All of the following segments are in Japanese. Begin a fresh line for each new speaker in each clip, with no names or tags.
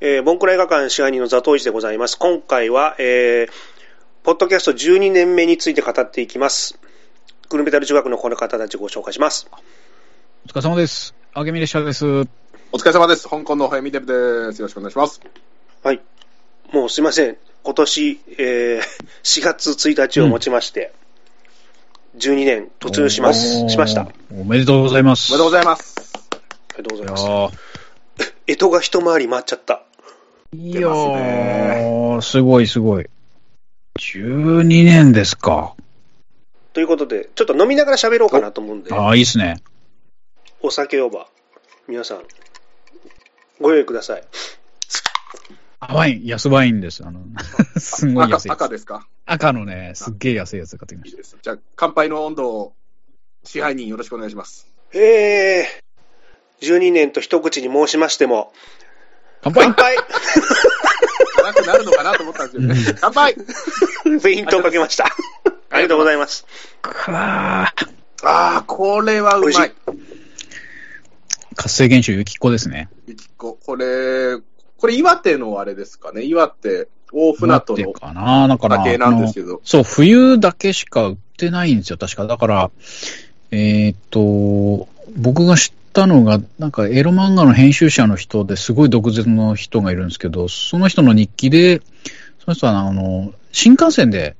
えー、ボンクラ映画館支配人のザトウイチでございます。今回は、えー、ポッドキャスト12年目について語っていきます。グルメタル中学のこの方たちご紹介します。
お疲れ様です。あげみ列車です。よ
お疲れ様です。香港のホエミデブです。よろしくお願いします。
はい。もうすいません。今年、えー、4月1日をもちまして、12年突入します、しました。あ。
おめでとうございます。
おめでとうございます。
りがとうござい
い
ま
ますす。。
江戸が一回り回っちゃった。
い
やー
やー、すごいすごい。12年ですか。
ということで、ちょっと飲みながら喋ろうかなと思うんで、
ああ、いいっすね。
お酒をば、皆さん、ご用意ください。
ワイン、安ワインです。あの、すんごい安い
赤
や
赤
つ。
ですか
赤のね、すっげえ安いやつ買ってきま
い
し
いです。じゃあ、乾杯の温度を支配人よろしくお願いします。
えー、12年と一口に申しましても、
た。
乾
乾杯
杯
辛くなるのかなと思ったんですよね。乾 杯
フェイントをかけました。ありがとうございます。
かー
ああ、これはう
美
ま
味し
い。
活性現象、ゆきっこですね。
ゆきこ、これ、これ岩手のあれですかね。岩手、大船渡
待っ
の
てかなだから、
酒なんですけど。
そう、冬だけしか売ってないんですよ、確か。だから、えーっと、僕が知ったのが、なんかエロ漫画の編集者の人ですごい毒舌の人がいるんですけど、その人の日記で、その人はあの、新幹線で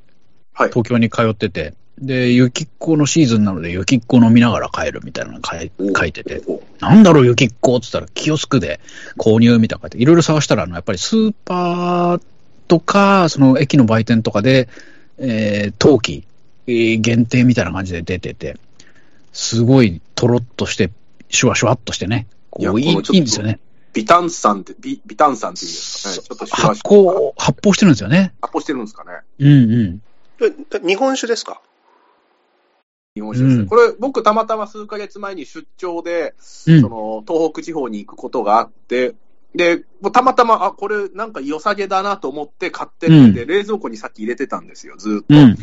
はい
東京に通ってて、で、雪っ子のシーズンなので雪っ子飲みながら帰るみたいなのが書い書いてて、
お
なんだろう、雪っ子って言ったら、キオスクで購入みたいな書いて、いろいろ探したら、あの、やっぱりスーパーとか、その駅の売店とかで、えー、冬季、えー限定みたいな感じで出てて、すごいとろっとして、シュワシュワっとしてね、
いや
こういい
このちょっと
いいんですよね。
ビタンさんって、ビビタンさんっていうんですかね。ちょっとシュワ
発
シュワ
酵、発泡してるんですよね。
発泡してるんですかね。
うんうん。
え日本酒ですか
日本酒ですね、
うん
これ、僕、たまたま数ヶ月前に出張で、
うん
その東北地方に行くことがあって、で、もうたまたま、あ、これ、なんか良さげだなと思って買ってって、
うん
冷蔵庫にさっき入れてたんですよ、ずーっと。
うん。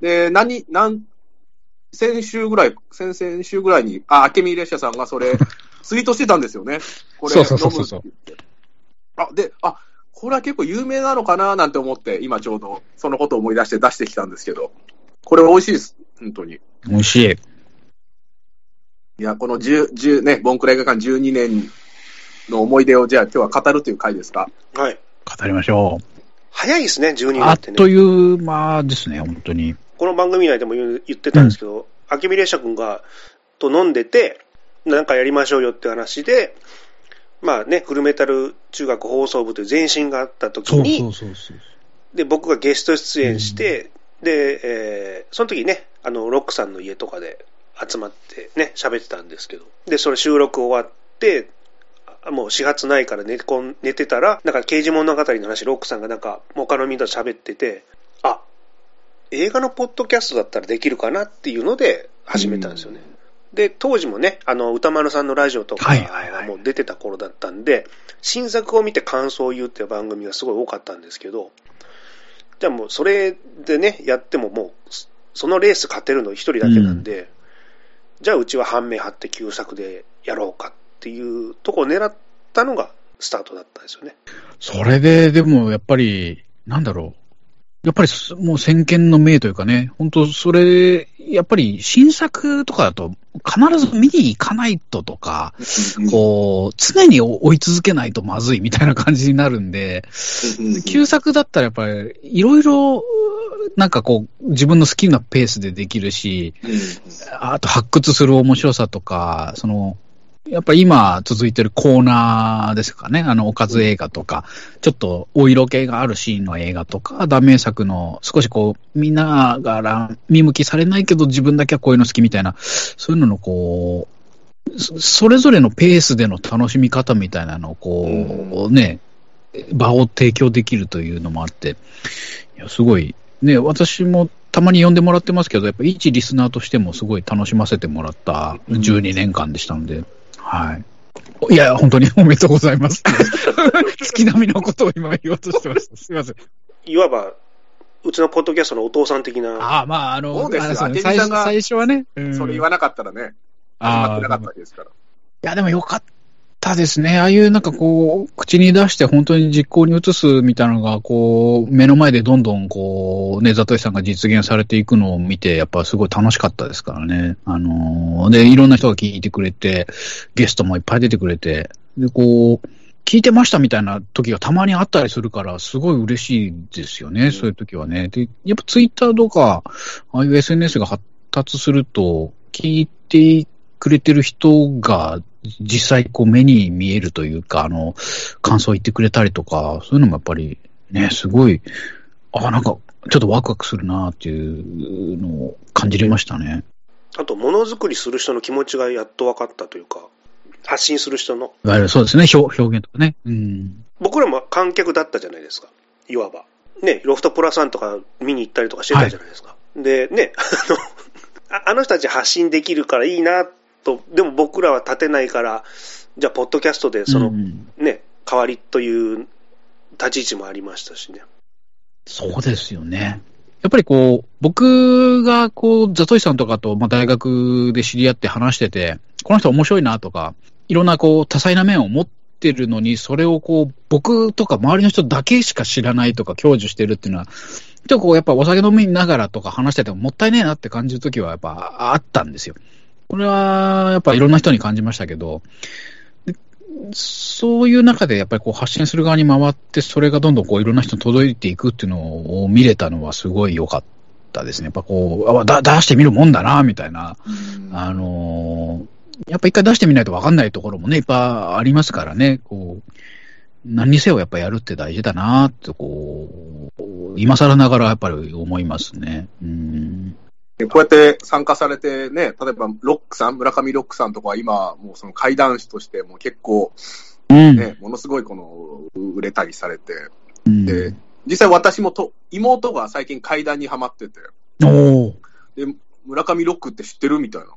で、何、何、先週ぐらい、先々週ぐらいに、あ、明美列車さんがそれ、 ツイートしてたんですよね。これ、
そ
飲
うそうそう
む
そう
って言って。あ、で、あ、これは結構有名なのかななんて思って、今ちょうど、そのことを思い出して出してきたんですけど、これ美味しいです、本当に。
美味しい。
いや、この10、10ね、ボンクラ映画館12年の思い出を、じゃあ今日は語るという回ですか。
はい。
語りましょ
早いですね、12
う。
年
あ
っ
ってと
ね。
いう間ですね、本当に。
この番組内でも言う言ってたんですけど、アキミレーシャ君が、と飲んでて、なんかやりましょうよって話で、まあね、クルメタル中学放送部という前身があった時
そう
に、
そうそうそう。
で、僕がゲスト出演して、で、えーその時ね、あの、ロックさんの家とかで集まってね、喋ってたんですけど、で、それ収録終わって、あもう始発ないから寝こん寝てたら、なんか刑事物語の話、ロックさんがなんか他のみんなと喋ってて、あ、映画のポッドキャストだったらできるかなっていうので始めたんですよね。で、当時もね、あの、歌丸さんのラジオとか
はいはいは
が
い
もう出てた頃だったんで、新作を見て感想を言うっていう番組がすごい多かったんですけど、じゃあもうそれでね、やってももう、そそのレース勝てるの一人だけなんで、じゃあうちは半目張って旧作でやろうかっていうとこを狙ったのがスタートだったんですよね。
それで、でもやっぱり、なんだろう。やっぱりすもう先見の明というかね、本当それ、やっぱり新作とかだと必ず見に行かないととか、こう、常に追い続けないとまずいみたいな感じになるんで、旧作だったらやっぱりいろいろ、なんかこう、自分の好きなペースでできるし、あと発掘する面白さとか、その、やっぱり今続いてるコーナーですかね。あの、おかず映画とか、ちょっとお色気があるシーンの映画とか、ダメ作の少しこう、みんながら見向きされないけど自分だけはこういうの好きみたいな、そういうののこう、そそれぞれのペースでの楽しみ方みたいなのをこう、ね、場を提供できるというのもあって、いや、すごい、ね、私もたまに呼んでもらってますけど、やっぱ一リスナーとしてもすごい楽しませてもらった12年間でしたので、はい。いや、本当に おめでとうござい ます。月並みのことを今言おうとしてました。すいません。
いわば、うちのポッドキャストのお父さん的な、
ああ、まあ、あの、
そうですよ
あれよね
明美
最
さ
初
んが
最初はね、うん
それ言わなかったらね、始まってなかっ
あ
た
あ
わけですから。
いや、でもよかったですね。ああいうなんかこう、口に出して本当に実行に移すみたいなのが、こう、目の前でどんどんこう、ね、ザトシさんが実現されていくのを見て、やっぱすごい楽しかったですからね。あのーで、いろんな人が聞いてくれて、ゲストもいっぱい出てくれて、で、こう、聞いてましたみたいな時がたまにあったりするから、すごい嬉しいですよね、そういう時はね。で、やっぱツイッターとか、ああいう SNS が発達すると、聞いてくれてる人が、実際こう目に見えるというか、あの、感想言ってくれたりとか、そういうのもやっぱりね、すごい、あ、なんか、ちょっとワクワクするなっていうのを感じれましたね。
あと、ものづくりする人の気持ちがやっと分かったというか、発信する人の。
いわゆるそうですね、表表現とかね。うん。
僕らも観客だったじゃないですか、いわば。ね、ロフトプラさんとか見に行ったりとかしてたじゃないですか。で、ね、 あの、ああの人たち発信できるからいいなと、でも僕らは立てないから、じゃあ、ポッドキャストで、その、
うん
ね、代わりという立ち位置もありましたしね。
そうですよね。やっぱりこう、僕がこう、ザトシさんとかと、まあ、大学で知り合って話してて、この人面白いなとか、いろんなこう、多彩な面を持ってるのに、それをこう、僕とか周りの人だけしか知らないとか、享受してるっていうのは、ちょっとこう、やっぱお酒飲みながらとか話しててももったいねえなって感じる時はやっぱあったんですよ。これは、やっぱいろんな人に感じましたけど、そういう中でやっぱりこう発信する側に回って、それがどんどんこういろんな人に届いていくっていうのを見れたのはすごい良かったですね。やっぱこう、あだ出してみるもんだな、みたいな。あのーやっぱ一回出してみないと分かんないところもね、いっぱいありますからね、こう、何にせよやっぱやるって大事だなって、こう、今更ながらやっぱり思いますね。うん。
でこうやって参加されてね、例えばロックさん、村上ロックさんとかは今、もうその怪談師としてもう結構
うん。
ね、ものすごいこの、売れたりされて、
うん
で、実際私もと、妹が最近怪談にハマってて、
おー
で、村上ロックって知ってるみたいな。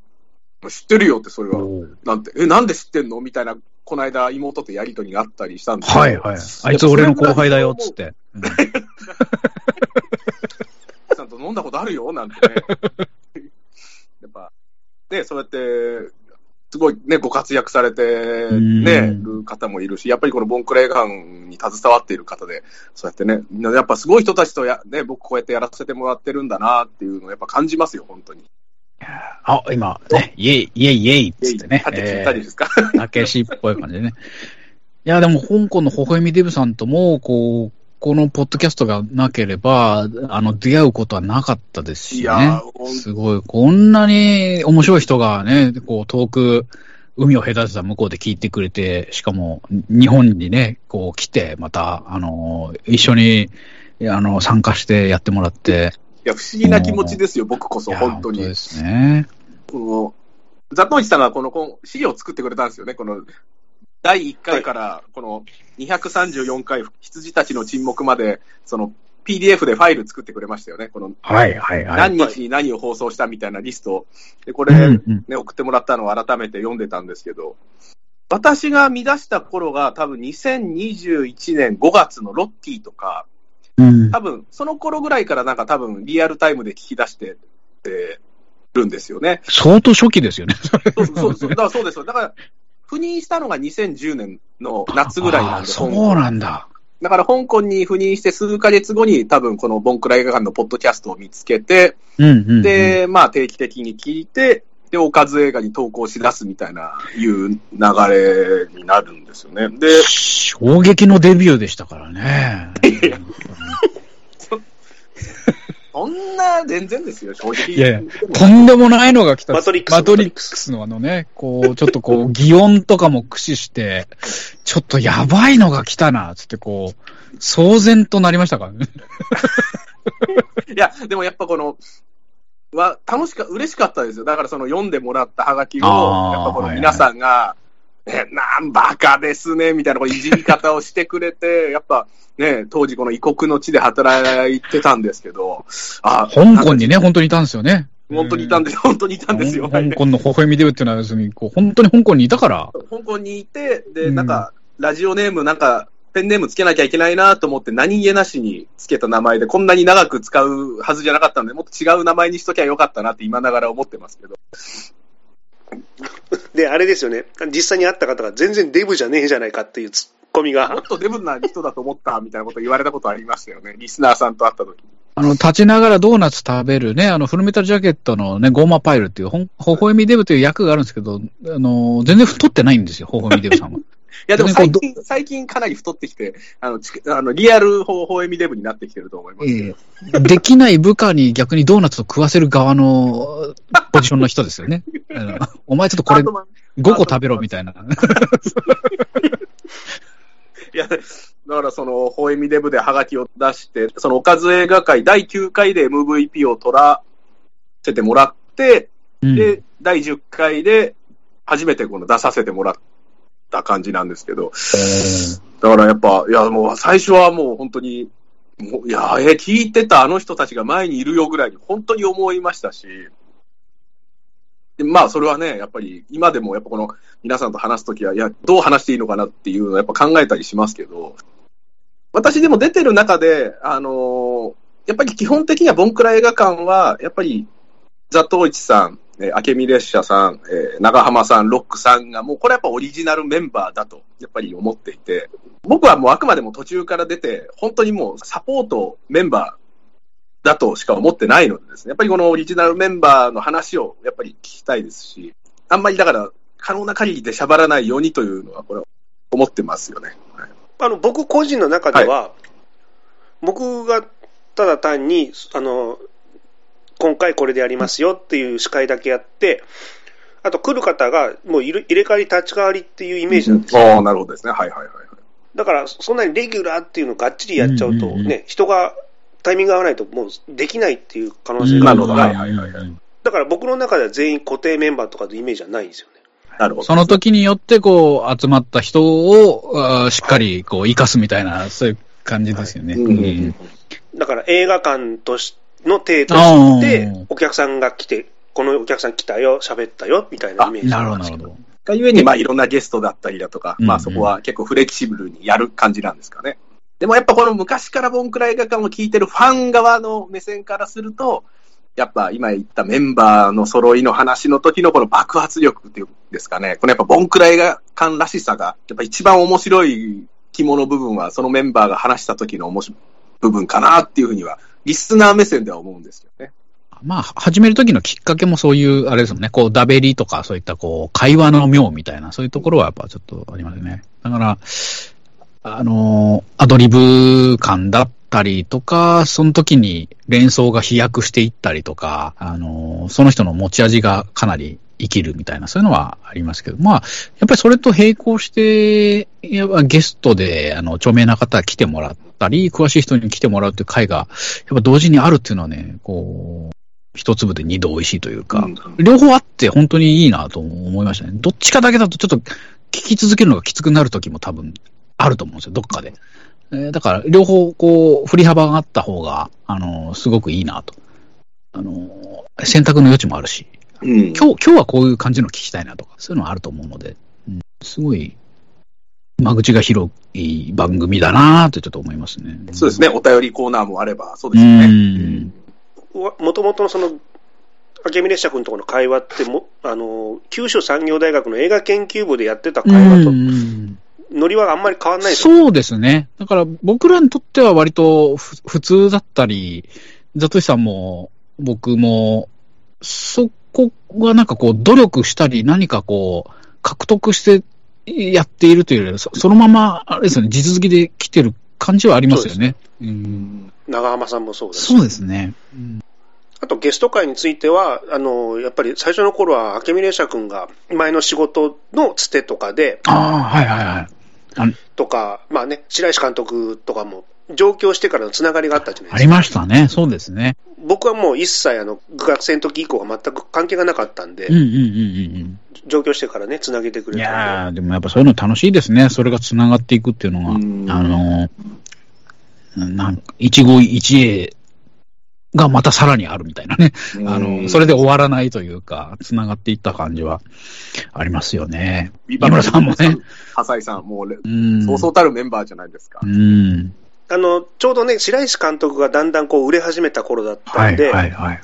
知ってるよってそれは。
おー
なんて、え、なんで知ってんのみたいな、この間妹とやりとりがあったりしたんですけど
はいはい。あいつ俺の後輩だよ、つっ。て。うん
さんと飲んだことあるよなんてね。やっぱ、ね、そうやって、すごいね、ご活躍されて、
ん
ね、る方もいるし、やっぱりこのボンクレガンに携わっている方で、そうやってね、みんなやっぱすごい人たちとや、ね、僕こうやってやらせてもらってるんだなっていうのをやっぱ感じますよ、本当に。
あ、今、ね、イェイ、イェイ、イェイっつってね。
たけしいたりですか、
えーたけしっぽい感じでね。いや、でも、香港の微笑みデブさんとも、こう、このポッドキャストがなければ、あの、出会うことはなかったですし
い
ね
や。ー、ほん
すごい、こんなに面白い人がね、こう、遠く、海を隔てた向こうで聞いてくれて、しかも、日本にね、こう来て、また、あの、一緒に、あの、参加してやってもらって。
いや、不思議な気持ちですよ、僕こそ、
いや
本当に。
ですね。
この、ザトウチさんがこのこの資料を作ってくれたんですよね、この、第1回から、この234回、羊たちの沈黙まで、その、PDF でファイル作ってくれましたよね、この、
はい、はい、はい。
何日に何を放送したみたいなリストを。で、これ、
うんうん
ね、送ってもらったのを改めて読んでたんですけど、私が見出した頃が多分2021年5月のロッキーとか、
うん
多分その頃ぐらいからなんか多分リアルタイムで聞き出してってるんですよね。
相当初期ですよね。
そうそう そう。だからそうですよ。だから、赴任したのが2010年の夏ぐらいなん
あー
で、
そう
香港
なんだ。
だから香港に赴任して数ヶ月後に多分このボンクラ映画館のポッドキャストを見つけて、
うんうんうん、
で、まあ定期的に聞いて、で、おかず映画に投稿し出すみたいな、いう流れになるんですよね。で、
衝撃のデビューでしたから ね。
そんな、全然ですよ、正直。
いやいやとんでもないのが来た。
マトリックス
マトリックスのあのね、こう、ちょっとこう、擬音とかも駆使して、ちょっとやばいのが来たな、つってこう、騒然となりましたからね。
いや、でもやっぱこの、は、楽しか、嬉しかったですよ。だからその読んでもらったハガキを、
あー
やっぱこの皆さんが、ね、なんバカですね、みたいなこういじり方をしてくれて、やっぱね、当時この異国の地で働いてたんですけど、あ、
香港にね、本当にいたんですよね。
本当にいたん
で
です、本当にいたんですよ。
香港の微笑みデビューっていうのは別に、こう、本当に香港にいたから。
香港にいて、で、なんか、ラジオネーム、なんか、ペンネームつけなきゃいけないなと思って、何気なしにつけた名前で、こんなに長く使うはずじゃなかったので、もっと違う名前にしときゃよかったなって今ながら思ってますけど。
で、あれですよね。実際に会った方が全然デブじゃねえじゃないかっていうツッコミ
もっ
が。
とデブな人だと思ったみたいなこと言われたことありましたよね。リスナーさんと会った時に。
あの、立ちながらドーナツ食べるね、あの、フルメタルジャケットのね、ゴーマパイルっていう、ほん、微笑みデブという役があるんですけど、あの、全然太ってないんですよ、微笑みデブさ んは。
いや、でも
でも
最
こう
近、最近かなり太ってきて、あの、ちあのリアルほほえみデブになってきてると思いますけど。
ええできない部下に逆にドーナツを食わせる側のポジションの人ですよね。あのお前ちょっとこれ
あと
5
まあ
個食べろみたいな。
いや、だからその、ほえみデブでハガキを出して、そのおかず映画会第9回で MVP を取らせてもらって、
うん
で、第10回で初めてこの出させてもらった感じなんですけど、だからやっぱ、いやもう最初はもう本当に、もういや、え、聞いてたあの人たちが前にいるよぐらいに本当に思いましたし、でまあそれはね、やっぱり今でもやっぱこの皆さんと話すときは、いや、どう話していいのかなっていうのをやっぱ考えたりしますけど、私でも出てる中で、あのーやっぱり基本的にはボンクラ映画館は、やっぱりザトウイチさん、えー、明美列車さん、えー長浜さん、ロックさんが、もうこれやっぱオリジナルメンバーだと、やっぱり思っていて、僕はもうあくまでも途中から出て、本当にもうサポートメンバーだとしか思ってないのでですね、やっぱりこのオリジナルメンバーの話をやっぱり聞きたいですし、あんまりだから可能な限りでしゃばらないようにというのは、これは思ってますよね。はい
あの、僕個人の中では、僕がただ単に、あの、今回これでやりますよっていう司会だけやって、あと来る方がもう入れ入れ替わり立ち替わりっていうイメージなんですよ。
ああ、なるほどですね。はいはいはいはい。
だから、そんなにレギュラーっていうのをがっちりやっちゃうと、ね、
うんうんうん
人がタイミングが合わないともうできないっていう可能
う
性
ん
がある
なるほど
か
は
ら、
いはいはいは
だから僕の中では全員固定メンバーとかのイメージはないんですよね。
なるほど。
その時によって、こう、集まった人を、あーしっかり、こう、生かすみたいな、そういう感じですよね。
うんうんうん、
だから映画館としの体と
あ
して
ー、
お客さんが来て、このお客さん来たよ、喋ったよ、みたいなイメージ
なる
な
ほ
んです
ど、なる
け
ほ
ど。
ど。
かゆえに、まあ、いろんなゲストだったりだとか、
うんうん
まあ、そこは結構フレキシブルにやる感じなんですかね。でもやっぱこの昔からボンクラ映画館を聞いてるファン側の目線からすると、やっぱ今言ったメンバーの揃いの話の時のこの爆発力っていうんですかね、このやっぱボンクラ映画館らしさが、やっぱ一番面白い肝の部分は、そのメンバーが話した時の面白い部分かなっていうふうには、リスナー目線では思うんですよね。
まあ、始める時のきっかけもそういう、あれですもんね、こう、ダベリとか、そういった、こう、会話の妙みたいな、そういうところはやっぱちょっとありますね。だから、あのーアドリブ感だったりとか、その時に連想が飛躍していったりとか、あのーその人の持ち味がかなり生きるみたいな、そういうのはありますけど、まあ、やっぱりそれと並行して、やっぱゲストで、あの、著名な方が来てもらったり、詳しい人に来てもらうっていう会が、やっぱ同時にあるっていうのはね、こう、一粒で二度美味しいというか、
うん
両方あって本当にいいなと思いましたね。どっちかだけだとちょっと聞き続けるのがきつくなる時も多分あると思うんですよ、どっかで。えーだから、両方こう、振り幅があった方が、あのーすごくいいなと。あのー選択の余地もあるし、
うん
今日、今日はこういう感じの聞きたいなとか、そういうのはあると思うので、うん、すごい、間口が広い番組だなーってちょっと思いますね。
そうですね、お便りコーナーもあれば、そう
う
ですよね。
ん。
もともとのその、明美列車君とこの会話っても、あの、九州産業大学の映画研究部でやってた会話と、
ん
ノリはあんまり変わんないですよ。
そうですね。だから僕らにとっては割とふ普通だったり、ザトシさんも僕も、そこがなんかこう努力したり何かこう獲得してやっているというよりは、そそのまま、あれですよね、地続きで来てる感じはありますよね。うん
長浜さんもそうだし。
そうですね。
あとゲスト会については、あの、やっぱり最初の頃は明美列車君が前の仕事のつてとかで、
ああ、はいはいはい。
とか、まあね、白石監督とかも上京してからのつながりがあったじゃない
あ
です
り
か。
ましたね。そうですね。
僕はもう一切あの、学生の時以降は全く関係がなかったんで、
うんうんうんうん
上京してからね、つなげてく
うん。
れ
い
たんで。
やー、でもやっぱそういうの楽しいですね。それが繋がっていくっていうのが。
うん
あのー、なんか、一期一会がまたさらにあるみたいなね。あの、それで終わらないというか、繋がっていった感じはありますよね。
ビ
井村さんもね。
笠井さん、もうれ、
うん。
そうそうたるメンバーじゃないですか
う。ん。
あの、ちょうどね、白石監督がだんだんこう売れ始めた頃だった
は
ん
い
で、
はいはい。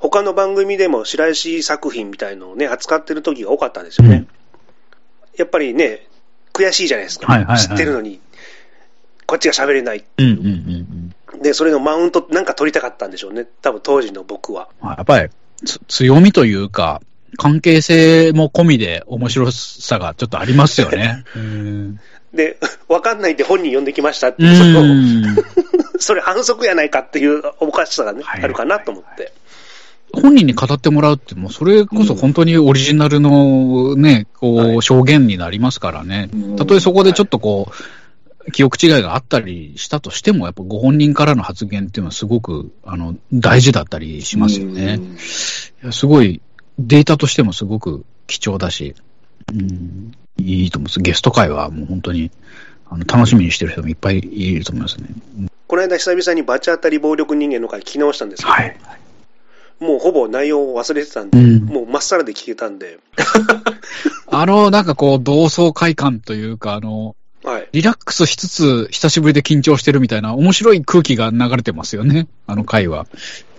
他の番組でも白石作品みたいのをね、扱ってる時が多かったんですよね。
うん
やっぱりね、悔しいじゃないですか。
はいはいはい
知ってるのに、こっちが喋れない。
うんうんうんうん。
で、それのマウントなんか取りたかったんでしょうね。多分当時の僕は。
まあ、やっぱりつ強みというか、関係性も込みで面白さがちょっとありますよね。うん。
で、 わかんないんで本人呼んできましたって、
う
その
ん
それ反則やないかっていうおかしさがね、
はい
あるかなと思って。
本人に語ってもらうって、もうそれこそ本当にオリジナルのね、
は
こ、
いう
証言になりますからね。たとえそこでちょっとこう、記憶違いがあったりしたとしても、やっぱご本人からの発言っていうのはすごく、あの、大事だったりしますよね。
うん
いやすごい、データとしてもすごく貴重だし、うん、いいと思います。ゲスト会はもう本当に、あの、楽しみにしてる人もいっぱいいると思いますね。
この間久々にバチ当たり暴力人間の回聞き直したんですけど、
はい。
もうほぼ内容を忘れてたん
う
で、
ん。
もうまっさらで聞けたんで、
あの、なんかこう、同窓会感というか、あの、
はい。
リラックスしつつ、久しぶりで緊張してるみたいな、面白い空気が流れてますよね、あの回は。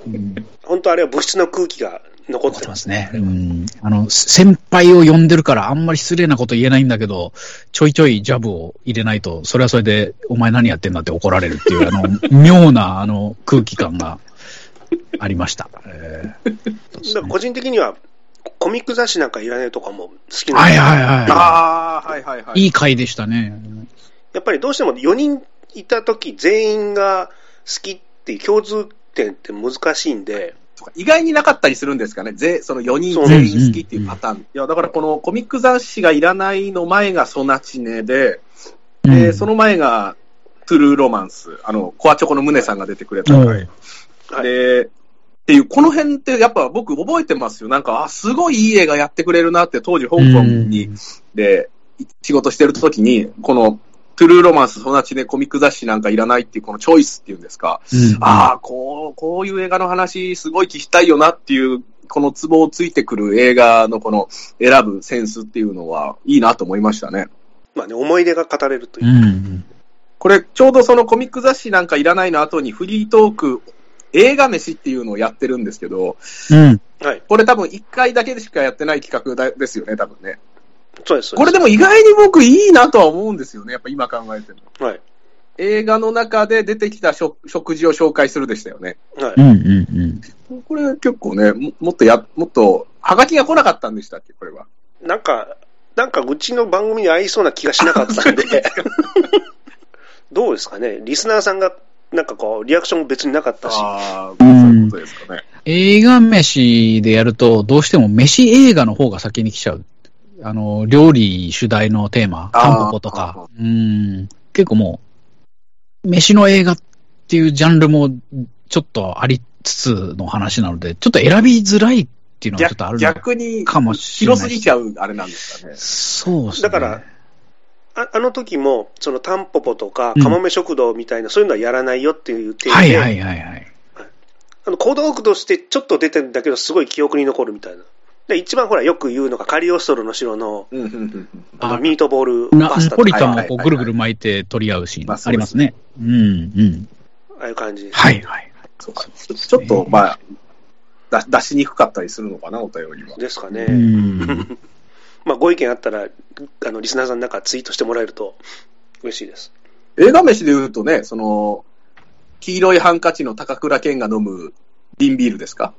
うん
本当あれは物質の空気が残ってます。
すね。うん。あの、先輩を呼んでるからあんまり失礼なこと言えないんだけど、ちょいちょいジャブを入れないと、それはそれで、お前何やってんだって怒られるっていう、あの、 妙な、あの、空気感がありました。えーそうです
だか
ね
ら個人的には、コミック雑誌なんかいらないとかも好きなん
は
で
い
す
はいは。
ああ、はいはいはい
い
い。
い回でしたね。
やっぱりどうしても4人いた時全員が好きっていう共通点って難しいんで、
とか意外になかったりするんですかね。ぜその4人
そう
全員好きっていうパターン。いや、だからこのコミック雑誌がいらないの前がソナチネで、
う
で、
ん
その前がトゥルーロマンス。あの、コアチョコのムネさんが出てくれた
うん
回。で、っていう、この辺ってやっぱ僕覚えてますよ。なんか、あ、すごいいい映画やってくれるなって当時香港に
うん
で、仕事してる時に、この、トゥルーロマンス、そんなちでコミック雑誌なんかいらないっていう、このチョイスっていうんですか。ああ、こう、こういう映画の話、すごい聞きたいよなっていう、このツボをついてくる映画のこの選ぶセンスっていうのは、いいなと思いましたね。
まあね、思い出が語れるというう。
ん。
これ、ちょうどそのコミック雑誌なんかいらないの後にフリートーク、映画飯っていうのをやってるんですけど、
うん。
はい。
これ多分1回だけでしかやってない企画だですよね、多分ね。
そうです。そう
これでも意外に僕いいなとは思うんですよね、やっぱ今考えても。
すはい。
映画の中で出てきた食食事を紹介するでしたよね。
はい
うん。うん。うん。
これ結構ね、ももっとや、もっと、はがきが来なかったんでしたっけ、これは。
なんか、なんかうちの番組に合いそうな気がしなかったんで、どうですかね、リスナーさんが、なんかこう、リアクションも別になかったし、
ああ、
う
そうんいうことですかね。
映画飯でやると、どうしても飯映画の方が先に来ちゃう。あの、料理主題のテーマ、
あー
韓国とか。うん。結構もう、飯の映画っていうジャンルもちょっとありつつの話なので、ちょっと選びづらいっていうのはちょっとあ
逆
るの
逆に、
かもしれ
広
な
す
い
ぎ。ちゃう、あれなんですかね。
そうです
だ
ね。
から、ああの時も、そのタンポポとか
う、ん
カモメ食堂みたいな、そういうのはやらないよっていう点で、
はいはいはいはい。
あの小道具としてちょっと出てるんだけど、すごい記憶に残るみたいな。で一番ほら、よく言うのが、カリオストロの城の
うん、うん、うん。
あの
あ
ミートボール
ナ
パスタ
ポ
と
リ
か、
タン
は
も
い
こうぐるぐる巻いて取り合うシ
ま
ー
あ
ン
そ
あ
う
り
で
ますすね。うんうん。
ああいう感じです。
はい はい。
そうかちょちょっと、まあ、だ出しにくかったりするのかな、お便りは。
ですか
う
ね。
ん。
まあ、ご意見あったら、あのリスナーさんなんかツイートしてもらえると嬉しいです。
映画飯で言うとね、その、黄色いハンカチの高倉健が飲む瓶ビールですか、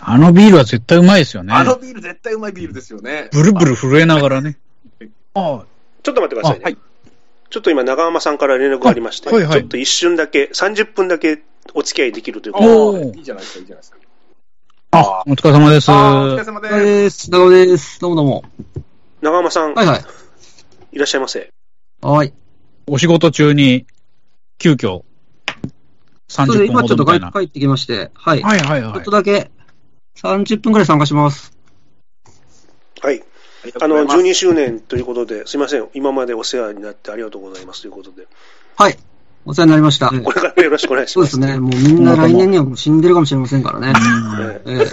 あのビールは絶対うまいですよね。
あのビール絶対うまいビールですよね。
ブルブル震えながらね。あ
ちょっと待ってくださいね。
あはい
ちょっと今、長浜さんから連絡がありまして、
あはいはい
ちょっと一瞬だけ、30分だけお付き合いできるというこ
あ
とで
お
ー
ー
いいじゃないですか、いいじゃないですか。
あ、お疲れ様です。
あーお疲れ様
お
で
疲れ
す。
様です。長尾です。どうもどうも。
長浜さん、
はいはい。
いらっしゃいませ。
はい。
お仕事中に、急遽、
そうで
30分
今
ほ
ちょ
ど
っと
みたい
帰
な。
帰ってきまして、はい。
はいはい
ちょ
は
っ
い
と。だけ30分くらい参加します。
はい。あの、12周年ということで、すいません。今までお世話になってありがとうございますということで。
はい。お世話になりました。
これからもよろしくお願いし
そう
ま。
ですすね。もうみんな来年にはもう死んでるかもしれませんからね。
はい
ええ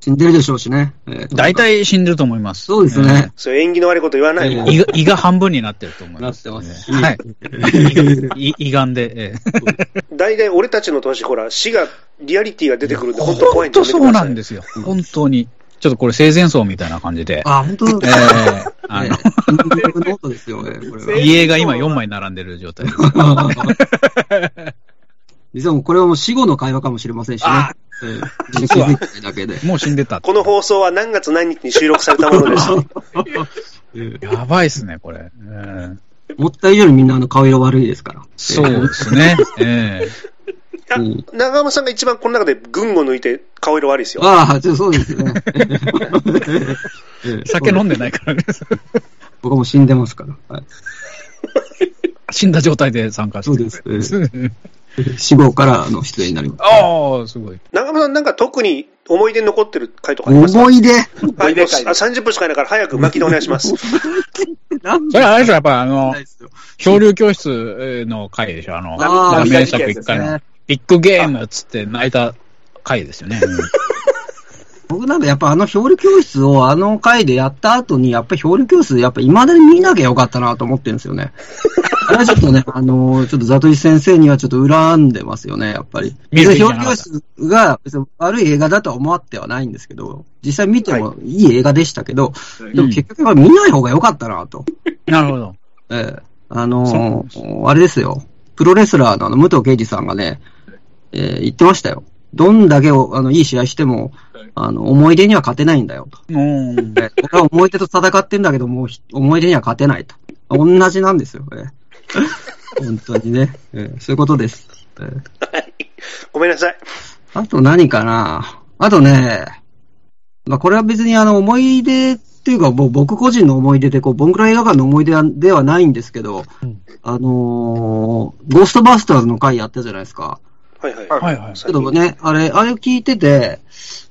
死んでるでしょうしね。ええ
大。体死んでると思います。
そうですね。
そういう縁起の悪いこと言わないもん。
ええ。胃が胃が半分になってると思います。
なってますし
はい。胃が胃胃がんで。ええ
大体俺たちの年、ほら、死が、リアリティが出てくるんで、本当怖い
本
んで
当
やめて
そ
ください。
うなんですよ。本当に。ちょっとこれ生前葬みたいな感じで。
あ、本当
ええあ
ええ
の、
僕の音ですよ、ええこれ
家が今4枚並んでる状態。
は。実はもうこれはもう死後の会話かもしれませんしね。ええ自分で気づいてないだけで。
もう死んでたって。
この放送は何月何日に収録されたものです。
え
やばいっすね、これ。うん
え思った以上にみんなあの顔色悪いですから。
そうですね。ええ
あ
うん
長山さんが一番この中で群を抜いて顔色悪いですよ。
ああ、ちょそうです ね。ええ
酒飲んでないからね。
僕も死んでますから。はい
死んだ状態で参加してくれる
そ。 死後からあの出演になります。
ああ、すごい。
長山さんなんか特に思い出に残ってる回とかありますか
思 い出
はい、もうあ
思い出回です
30分しかないから早く巻きでお願いし ます。
なん
それはあれでしょ、やっぱあの
ない、ですよ。
漂流教室の回でしょ、あの、
あー
名作一回
ね
の、ビッグゲームっつって泣いた回ですよね。
僕なんかやっぱあの表裏教室をあの回でやった後に、やっぱり表裏教室、やっぱ未だに見なきゃよかったなと思ってるんです よね。あれはちょっとね、あのーちょっとザトシ先生にはちょっと恨んでますよね、やっぱり。
見るべきじゃ
表
なか
裏教
った
室が別に悪い映画だとは思ってはないんですけど、実際見てもいい映画でしたけど、
はい
でも結局は見ない方がよかったなと。
うんなるほど。
ええあのーあれですよ。プロレスラーのあの武藤敬司さんがね、えー言ってましたよ。どんだけおあのいい試合しても
はい、
あの、思い出には勝てないんだよ と。
うん
えー俺は思い出と戦ってんだけど、もうひ思い出には勝てないと。同じなんですよ、ええ本当にね、ええそういうことです。ええ
ごめんなさい。
あと何かなあとね、まあこれは別にあの思い出っていうかもう僕個人の思い出で、こう、ボンクラ映画館の思い出ではないんですけど、
うん
あのーゴーストバスターズの回やったじゃないですか。
はいはい。
はい
はいはい。
ちょっとね、あれ、あれ聞いてて、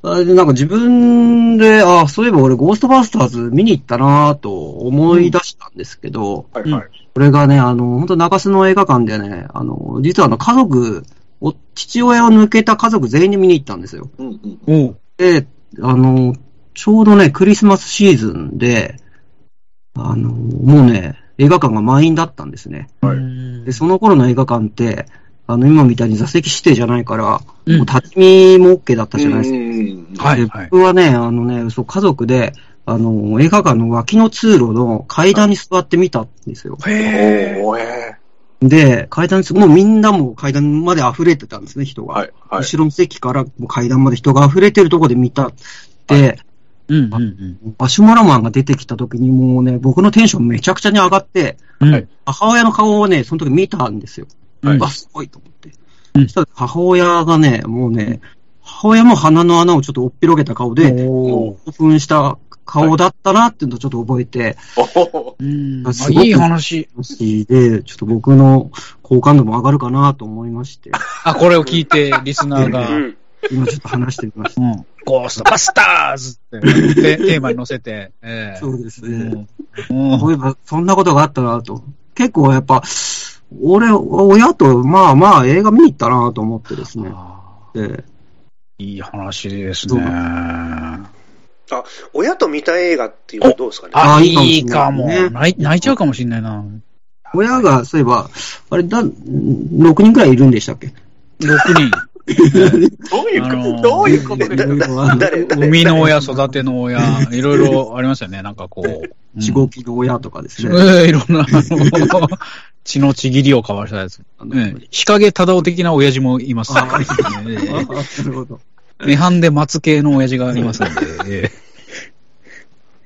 あれでなんか自分で、あそういえば俺ゴーストバスターズ見に行ったなぁと思い出したんですけど、
はいはい。
これがね、あの、本当中洲の映画館でね、あの、実はあの家族、お父親を抜けた家族全員で見に行ったんですよ。
うんうん。
おう
で、あの、ちょうどね、クリスマスシーズンで、あの、もうね、映画館が満員だったんですね。
はい
で、その頃の映画館って、あの、今みたいに座席指定じゃないから、
うん
もう立ち見も OK だったじゃないですか。
うん
は
で
いはい。
僕はね、あのね、そう、家族で、あの、映画館の脇の通路の階段に座ってみたんですよ。
へえ。
おーえ
で、階段に、もうみんなもう階段まで溢れてたんですね、人
ー
が。
はいはい。
後ろの席からもう階段まで人が溢れてるところで見たって、
うんうん
マシュマロマンが出てきた時にもうね、僕のテンションめちゃくちゃに上がって、
うん。
はい
母親の顔をね、その時見たんですよ。
はいう
わ、すごいと思って。そしたら母親がね、もうね、母親も鼻の穴をちょっとおっぴろげた顔で、
お
興奮した顔だったなっていうのをちょっと覚えて、
おー
うんあ
すごく
いい話。
で、ちょっと僕の好感度も上がるかなと思いまして、
あ、これを聞いて、リスナーが、
うん。
今ちょっと話してみました。
うんゴーストバスターズって、 テテーマに乗せて、ええ
そうですね。
うんうん
そういえば、そんなことがあったなと。結構やっぱ、俺、親と、まあまあ映画見に行ったなと思ってですね。
あ
で
ーいい話です
そう
ね。あ
あ、親と見た映画っていうのはどうですかね。
あー
い
い
い
い
か
かも
も
しれないね。
泣い泣いちゃうかもしれないな。
親が、そういえば、あれだ、ん6人くらいいるんでしたっけ
6
どういうこ
あのー
とどういうこと
えだ
で
だ誰誰
人。生みの 親、育ての親、いろいろありますよね。なんかこう。うん
四号機の親とかですね。
ええいろんな、あの、血のちぎりを交わしたやつ。
あの
ね、日陰忠夫的な親父もいます。
ああ
え
あ
え
なるほど。
涅槃で松系の親父がいますので、え え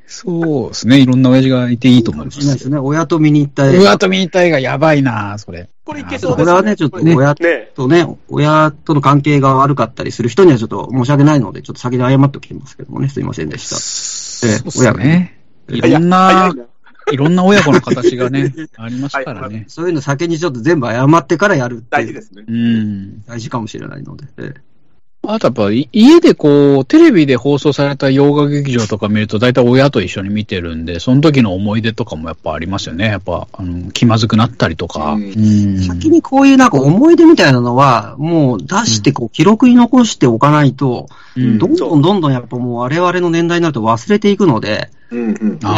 そうですね、いろんな親父がいていいと思いま
しないです
す。
ね。親と見に行った映
う
画
わ、と見たいがやばいなそれ。
これいけ
こ
そうで
れ
す
はね、ちょっとね、親
ねえ
とね、親との関係が悪かったりする人にはちょっと申し訳ないので、ちょっと先で謝っておきますけどもね、すいませんでした。
そう
ええ
ですね。い
親
ろん
早、
ない
な。
いろんな親子の形が ね、ありますからね。
そういうの先にちょっと全部謝ってからやるっていう
大事ですね。
うん。
大事かもしれないので。ええ
あとやっぱい、家でこう、テレビで放送された洋画劇場とか見ると、大体親と一緒に見てるんで、その時の思い出とかもやっぱありますよね。やっぱ、あの、気まずくなったりとか。
う
うんん。
先にこういうなんか思い出みたいなのは、もう出してこう記録に残しておかないと、
うん
どんどんどんどんやっぱもう我々の年代になると忘れていくので、
うんうん
やった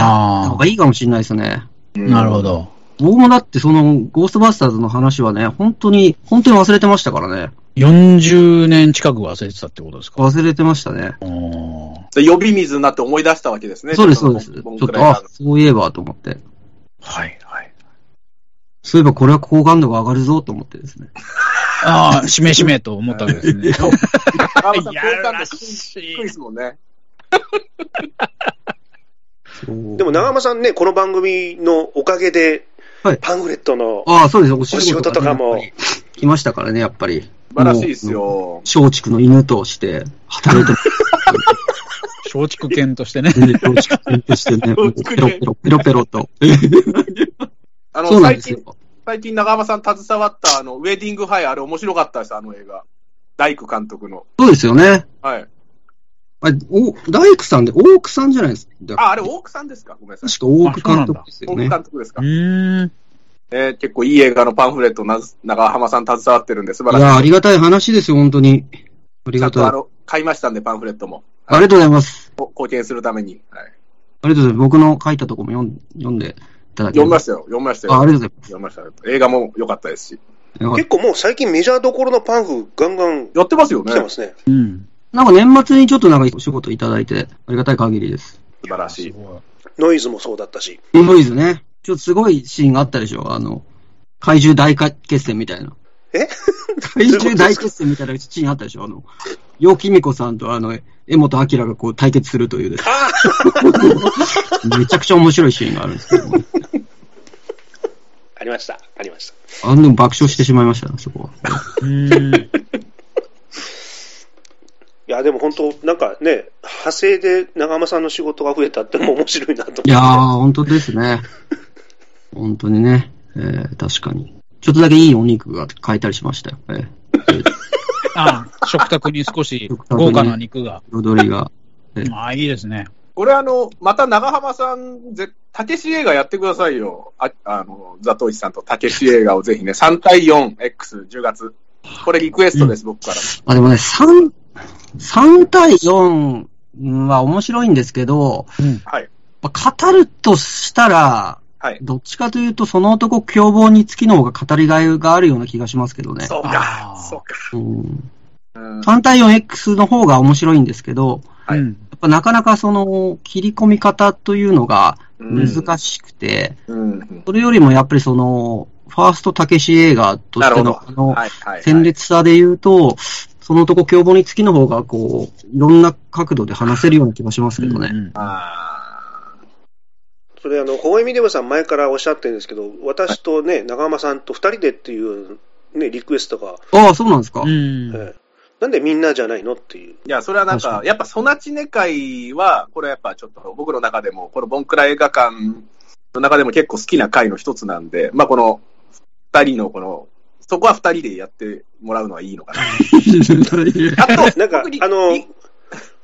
あ
方がいいかもしれないですね。
う
あ、
ん
なるほ。ど。
僕もだってそのゴーストバスターズの話はね、本当に、本当に忘れてましたからね。
40年近く忘れてたってことですか
忘れてましたね。
あー
で呼び水になって思い出したわけですね。
そうです、そうです。ち
ボ
ょ
ン
っ
ク
と、
ライダ
あ
ー、
そういえばと思って。
はい、はい。
そういえばこれは好感度が上がるぞと思ってですね。
ああ、しめしめと思ったわけです ね。
の。
いやらしい
低いですもんね。
でも長山さんね、この番組のおかげで
はい、
パンフレットの、
ああ、そうです。お
お仕事とかも
やっぱり来ましたからね、やっぱり。
素晴らしいですよ。
松竹の犬として、働いてます
松竹犬としてね。
ね。松竹犬としてね、もうペロペロ、ペロペロと。
あ
そ
の、
うなん
最
です
近、
よ。
最近長浜さん携わった、あの、ウェディングハイ、あれ面白かったです、あの映画。大工監督の。
そうですよね。
はい。
あお大工さんで、大工さんじゃないですか。
あ、あれ、大工さんですかごめんなさい。
確か大工監督ですよ
大工。
ね
監督ですか
う、ーん。
えー結構いい映画のパンフレットな、長浜さん携わってるんで、素晴
いや、
ら
あ
しい。
りがたい話ですよ、本当に。あり
ちゃん
がたい。
とあ
あ
の、買いましたんで、パンフレットも。
りがとうございます。
こ貢献するために。はい、
ありがとうございます。僕の書いたとこも読ん読んでいただき
読みま
し
したよ、読みました
ああ
よ。
りがとう
読みました。映画も良かったですし。
ござい
結構もう最近メジャーどころのパンフガンガン
やってますよね
来。てますね。
うん。
ます。なんか年末にちょっとなんかお仕事いただいて、ありがたい限りです。
素晴らしい。
ノイズもそうだったし。
ノイズね。ちょっとすごいシーンがあったでしょあの、怪獣大決戦みたいな。
え
怪獣大決戦みたいなシーンあったでしょあの、ヨキミコさんとあの、江本明がこう対決するというです。
あ
めちゃくちゃ面白いシーンがあるんですけども、
あありました。ありました。
あの爆笑してしまいましたね、そこは。
うーん。
いや、でも本当、なんかね、派生で長山さんの仕事が増えたってのも面白いなと思って。
いやー、本当ですね。本当にね。えー、確かに。ちょっとだけいいお肉が買えたりしましたよ。えー、
ああ、食卓に少し
食卓に
豪華な肉が。
彩りが。え
ああ、いいですね。
これあの、また長浜さん、ぜ、たけし映画やってくださいよ。あ、あの、ザトウイチさんとたけし映画をぜひね、3対 4X10 月。これリクエストです、僕から。
あ、でもね、3、3対4は面白いんですけど、
うん。
はい。
まあ語るとしたら、
はい。
どっちかというと、その男凶暴につきの方が語りがいがあるような気がしますけどね。
そう
あ
か
ー、
そうか。
う
う
ん、
ん
3対 4X の方が面白いんですけど、
はい
うん
やっぱなかなかその切り込み方というのが難しくて、
うん。
それよりもやっぱりその、ファーストたけし映画と
な
し
る
て
ほ
の
ど。
あの、
はい、はい。
鮮烈さで言うと、そのとこ凶暴につきの方が、こう、いろんな角度で話せるような気がしますけどね。
うん
あー
それ、あの、ほほえみでもさん前からおっしゃってるんですけど、私とね、長山さんと二人でっていう、ね、リクエストが、
ああ、そうなんですか。
うん。
ええなんでみんなじゃないのっていう。
いや、それはなん
確
か、やっぱ、ソナチネ会は、これやっぱちょっと僕の中でも、このボンクラ映画館の中でも結構好きな会の一つなんで、まあこの、二人のこの、そこは二人でやってもらうのはいいのかな。あ と、
なんか
僕に
あの
い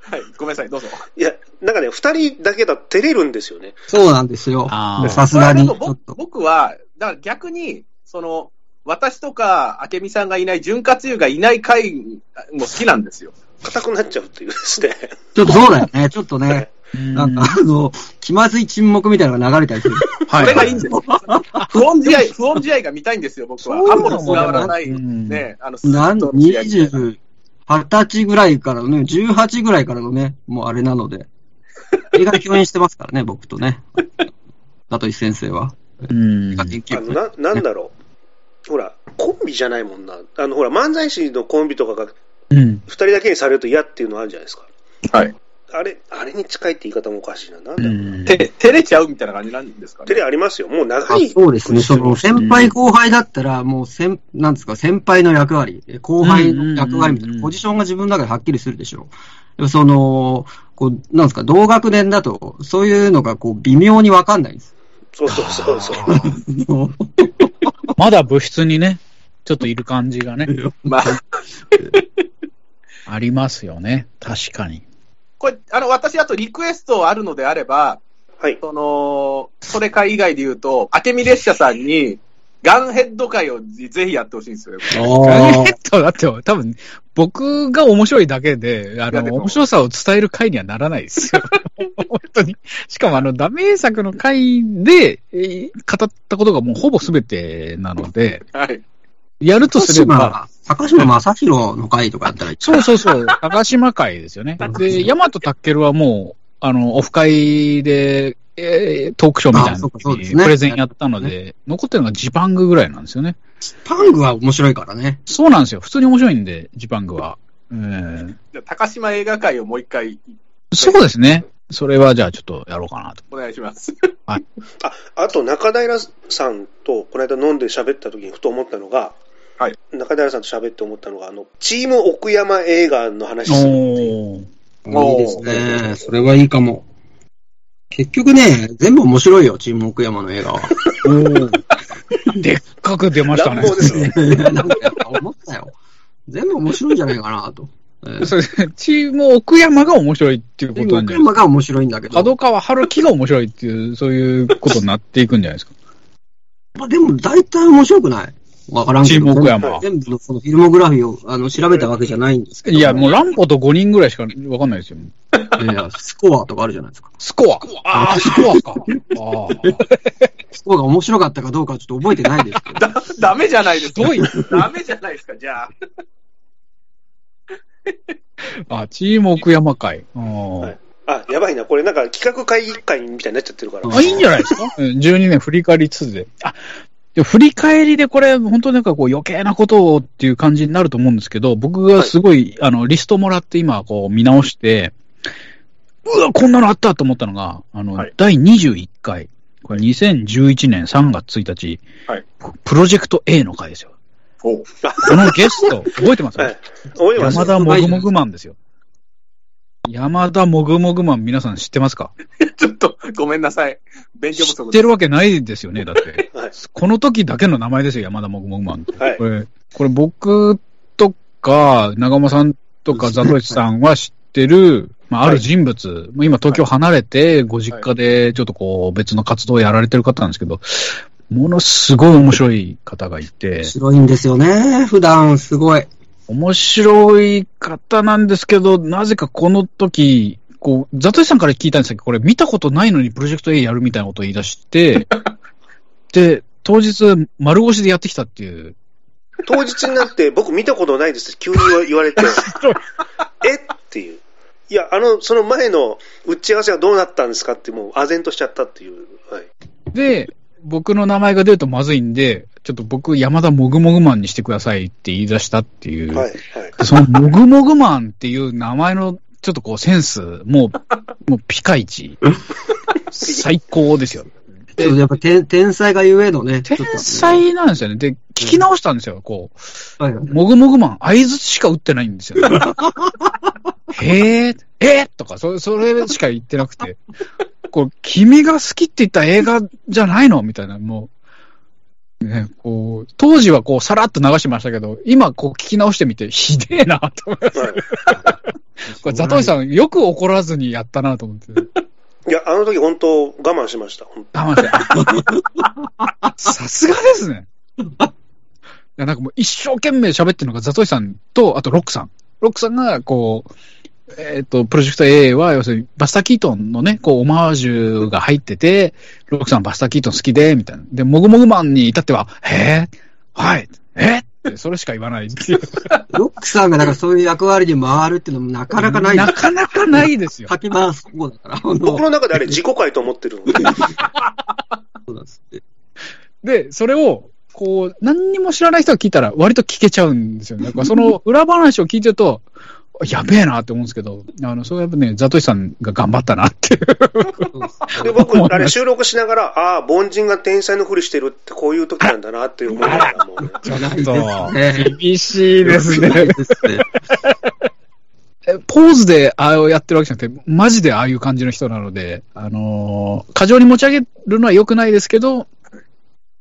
はい、ごめんなさい、どうぞ。
いや、なんかね、二人だけだと照れるんですよね。
そうなんですよ。
ああ。
さすがに、ち
まあで
ょ
も
っ
僕
と。
僕は、だから逆に、その、私とか、明美さんがいない、潤滑油がいない会も好きなんですよ。
硬くなっちゃうっていうですね。
ちょっとそうだよ ね。ちょっとね、
うん
なんか、あの、気まずい沈黙みたいなのが流れたりする。
は
それがいいんです よ。不穏試合、不穏試合が見たいんですよ、僕は。
そう
ハ
いう
モ
の
の
も
菅原ない、
うん
ね、あの、ス
なん、
ッとの試合みたいな
20、20歳ぐらいからのね、18ぐらいからのね、もうあれなので。映画で共演してますからね、僕とね。だと一先生は。
うん。
あのな、なんだろう。ほら、コンビじゃないもんな。あの、ほら、漫才師のコンビとかが
うん。
二人だけにされると嫌っていうのあるじゃないですか。
はい。
あれ、あれに近いって言い方もおかしいな。なんだ
う
ろう。
ん
て、照れちゃうみたいな感じなんですか
照
ね。
れありますよ。もう長
あ
い。
そうですね、その先輩後輩だったら、もう先、なんですか、先輩の役割、え後輩の役割みたい
うんうんうんうん
な、ポジションが自分の中ではっきりするでしょう。その、こう、なんですか、同学年だと、そういうのがこう、微妙にわかんないんです。
そうそうそうそう。
も
まだ部室にね、ちょっといる感じがね。
う
まあ、
ありますよね。確かに。
これ、あの、私、あとリクエストあるのであれば、
はい。
その、それ会以外で言うと、明美列車さんに、ガンヘッド会をぜひやってほしいんですよね。
ガンヘ
あ
ッドだって、多分、僕が面白いだけで、あ
いやで
の、
も
面白さを伝える回にはならないですよ。本当に。しかも、あの、ダメ作の回で、えー語ったことがもうほぼ全てなので、
はい。
やると
高
すれば、
島、高島正宏の回とかやったらいい。
そうそうそう、高島会ですよね。で、ヤマトタケルはもう、あの、オフ会で、えートークショーみたい
あ
な
そう
の
かそうで
に
すね
プレゼンやったので、残ってるのがジパングぐらいなんですよね。
パングは面白いからね。
そうなんですよ。普通に面白いんで、ジパングは。えー
じゃあ高島映画会をもう一回
そうですね。それはじゃあちょっとやろうかなと。
お願いします。
あ、あと中平さんとこの間飲んで喋った時にふと思ったのが、
はい
中平さんと喋って思ったのが、あの、チーム奥山映画の話する。
おー
おー
いいですね。それはいいかも。結局ね、全部面白いよ、チーム奥山の映画は。
おー でっかく出ましたね
乱。暴ですね。
なんかやっぱ思ったよ。全部面白いんじゃないかなと。え ー
それチーム奥山が面白いっていうこ
チー
と
ム
なん
奥
じゃない
山が面白いんだけど。
角川春樹が面白いっていう、そういうことになっていくんじゃないです か。
まあでも大体面白くない。わからんけど。
チーム奥山
全部のそのフィルモグラフィーをあの調べたわけじゃないんですけど。
いや、もう乱歩と5人ぐらいしかわかんないですよ。
いやいやスコアとかあるじゃないですか。
スコア。ああ、スコアか。ああ。
スコアが面白かったかどうかはちょっと覚えてないですけど。
だ、ダメじゃないですか。
ひどい
ダメじゃないですか、じゃあ。
あ、チーム奥山会。あー
はいあ、やばいな。これなんか企画会議会みたいになっちゃってるから。
あ、いいんじゃないですかうん ?12 年振り返りつつで。あ、でも振り返りでこれ、本当になんかこう余計なことをっていう感じになると思うんですけど、僕がすごい、あの、リストもらって今こう見直して、うわ、こんなのあったと思ったのが、あの、
はい
第21回、これ2011年3月1日、
はい
プロジェクト A の回ですよ。
お
このゲスト、覚えてます
はい思います
山
よ。
田もぐもぐマンですよ。山田もぐもぐマン皆さん知ってますか
ちょっと、ごめんなさい。勉強不
知っ
足
て
です。
るわけないですよね、だって。
はい。
この時だけの名前ですよ、山田もぐもぐマンって。
はい
こ。れ、これ僕とか、長間さんとか、ザトシさんは知ってる、まあ、ある人物、もう今東京離れて、ご実家でちょっとこう、別の活動をやられてる方なんですけど、ものすごい面白い方がいて
面、白いんですよね。普段、すごい。
面白い方なんですけど、なぜかこの時、こう、ザトシさんから聞いたんですけど、これ見たことないのにプロジェクト A やるみたいなことを言い出して、で、当日、丸腰でやってきたっていう。
当日になって、僕見たことないですって急に言わ言われ て、えっていう。いや、あの、その前の打ち合わせはどうなったんですかって、もう、唖然としちゃったっていう。はい。
で、僕の名前が出るとまずいんで、ちょっと僕、山田もぐもぐマンにしてくださいって言い出したっていう。
はい。はい。
でそのもぐもぐマンっていう名前の、ちょっとこうセンス、も う、もうピカイチ。最高ですよ。
ちょっとやっぱ天天才がゆえのね。ちょっ
天
と
才なんですよね。で、聞き直したんですよね、こう。
はいはい
もぐもぐマン、合図しか打ってないんですよ、ね。へー、えー、とか、それ、それしか言ってなくて。こう、君が好きって言った映画じゃないのみたいな、もう。ね、こう、当時はこう、さらっと流してましたけど、今こう聞き直してみて、ひでえな、と思って。
はい
これ、ザトシさん、よく怒らずにやったな、と思って。
いや、あの時本当、我慢しました。本
我慢して。さすがですね。いや、なんかもう一生懸命喋ってるのが、ザトシさんと、あとロックさん。ロックさんが、こう、えっ、と、プロジェクト A は、要するに、バスター・キートンのね、こう、オマージュが入ってて、ロックさんバスター・キートン好きで、みたいな。で、もぐもぐマンに至っては、へえはい、えって、それしか言わないっていう。
ロックさんがだからそういう役割に回るっていうのもなかなかない。
なかなかないですよ。
かき回すここだから。あの
僕の中であれ、自己回と思ってるので。
そうなんですって
で、それを、こう、何にも知らない人が聞いたら、割と聞けちゃうんですよね。なんかその裏話を聞いてると、やべえなって思うんですけど、あの、それはやっぱね、ザトシさんが頑張ったなっていう。
そうです
で、僕、あれ、収録しながら、ああ、凡人が天才のふりしてるって、こういう時なんだなって思いながら、もうね。
じゃないですね。
厳しいです
ない
ね。
ですね。
ポーズであれをやってるわけじゃなくて、マジでああいう感じの人なので、あのー過剰に持ち上げるのは良くないですけど、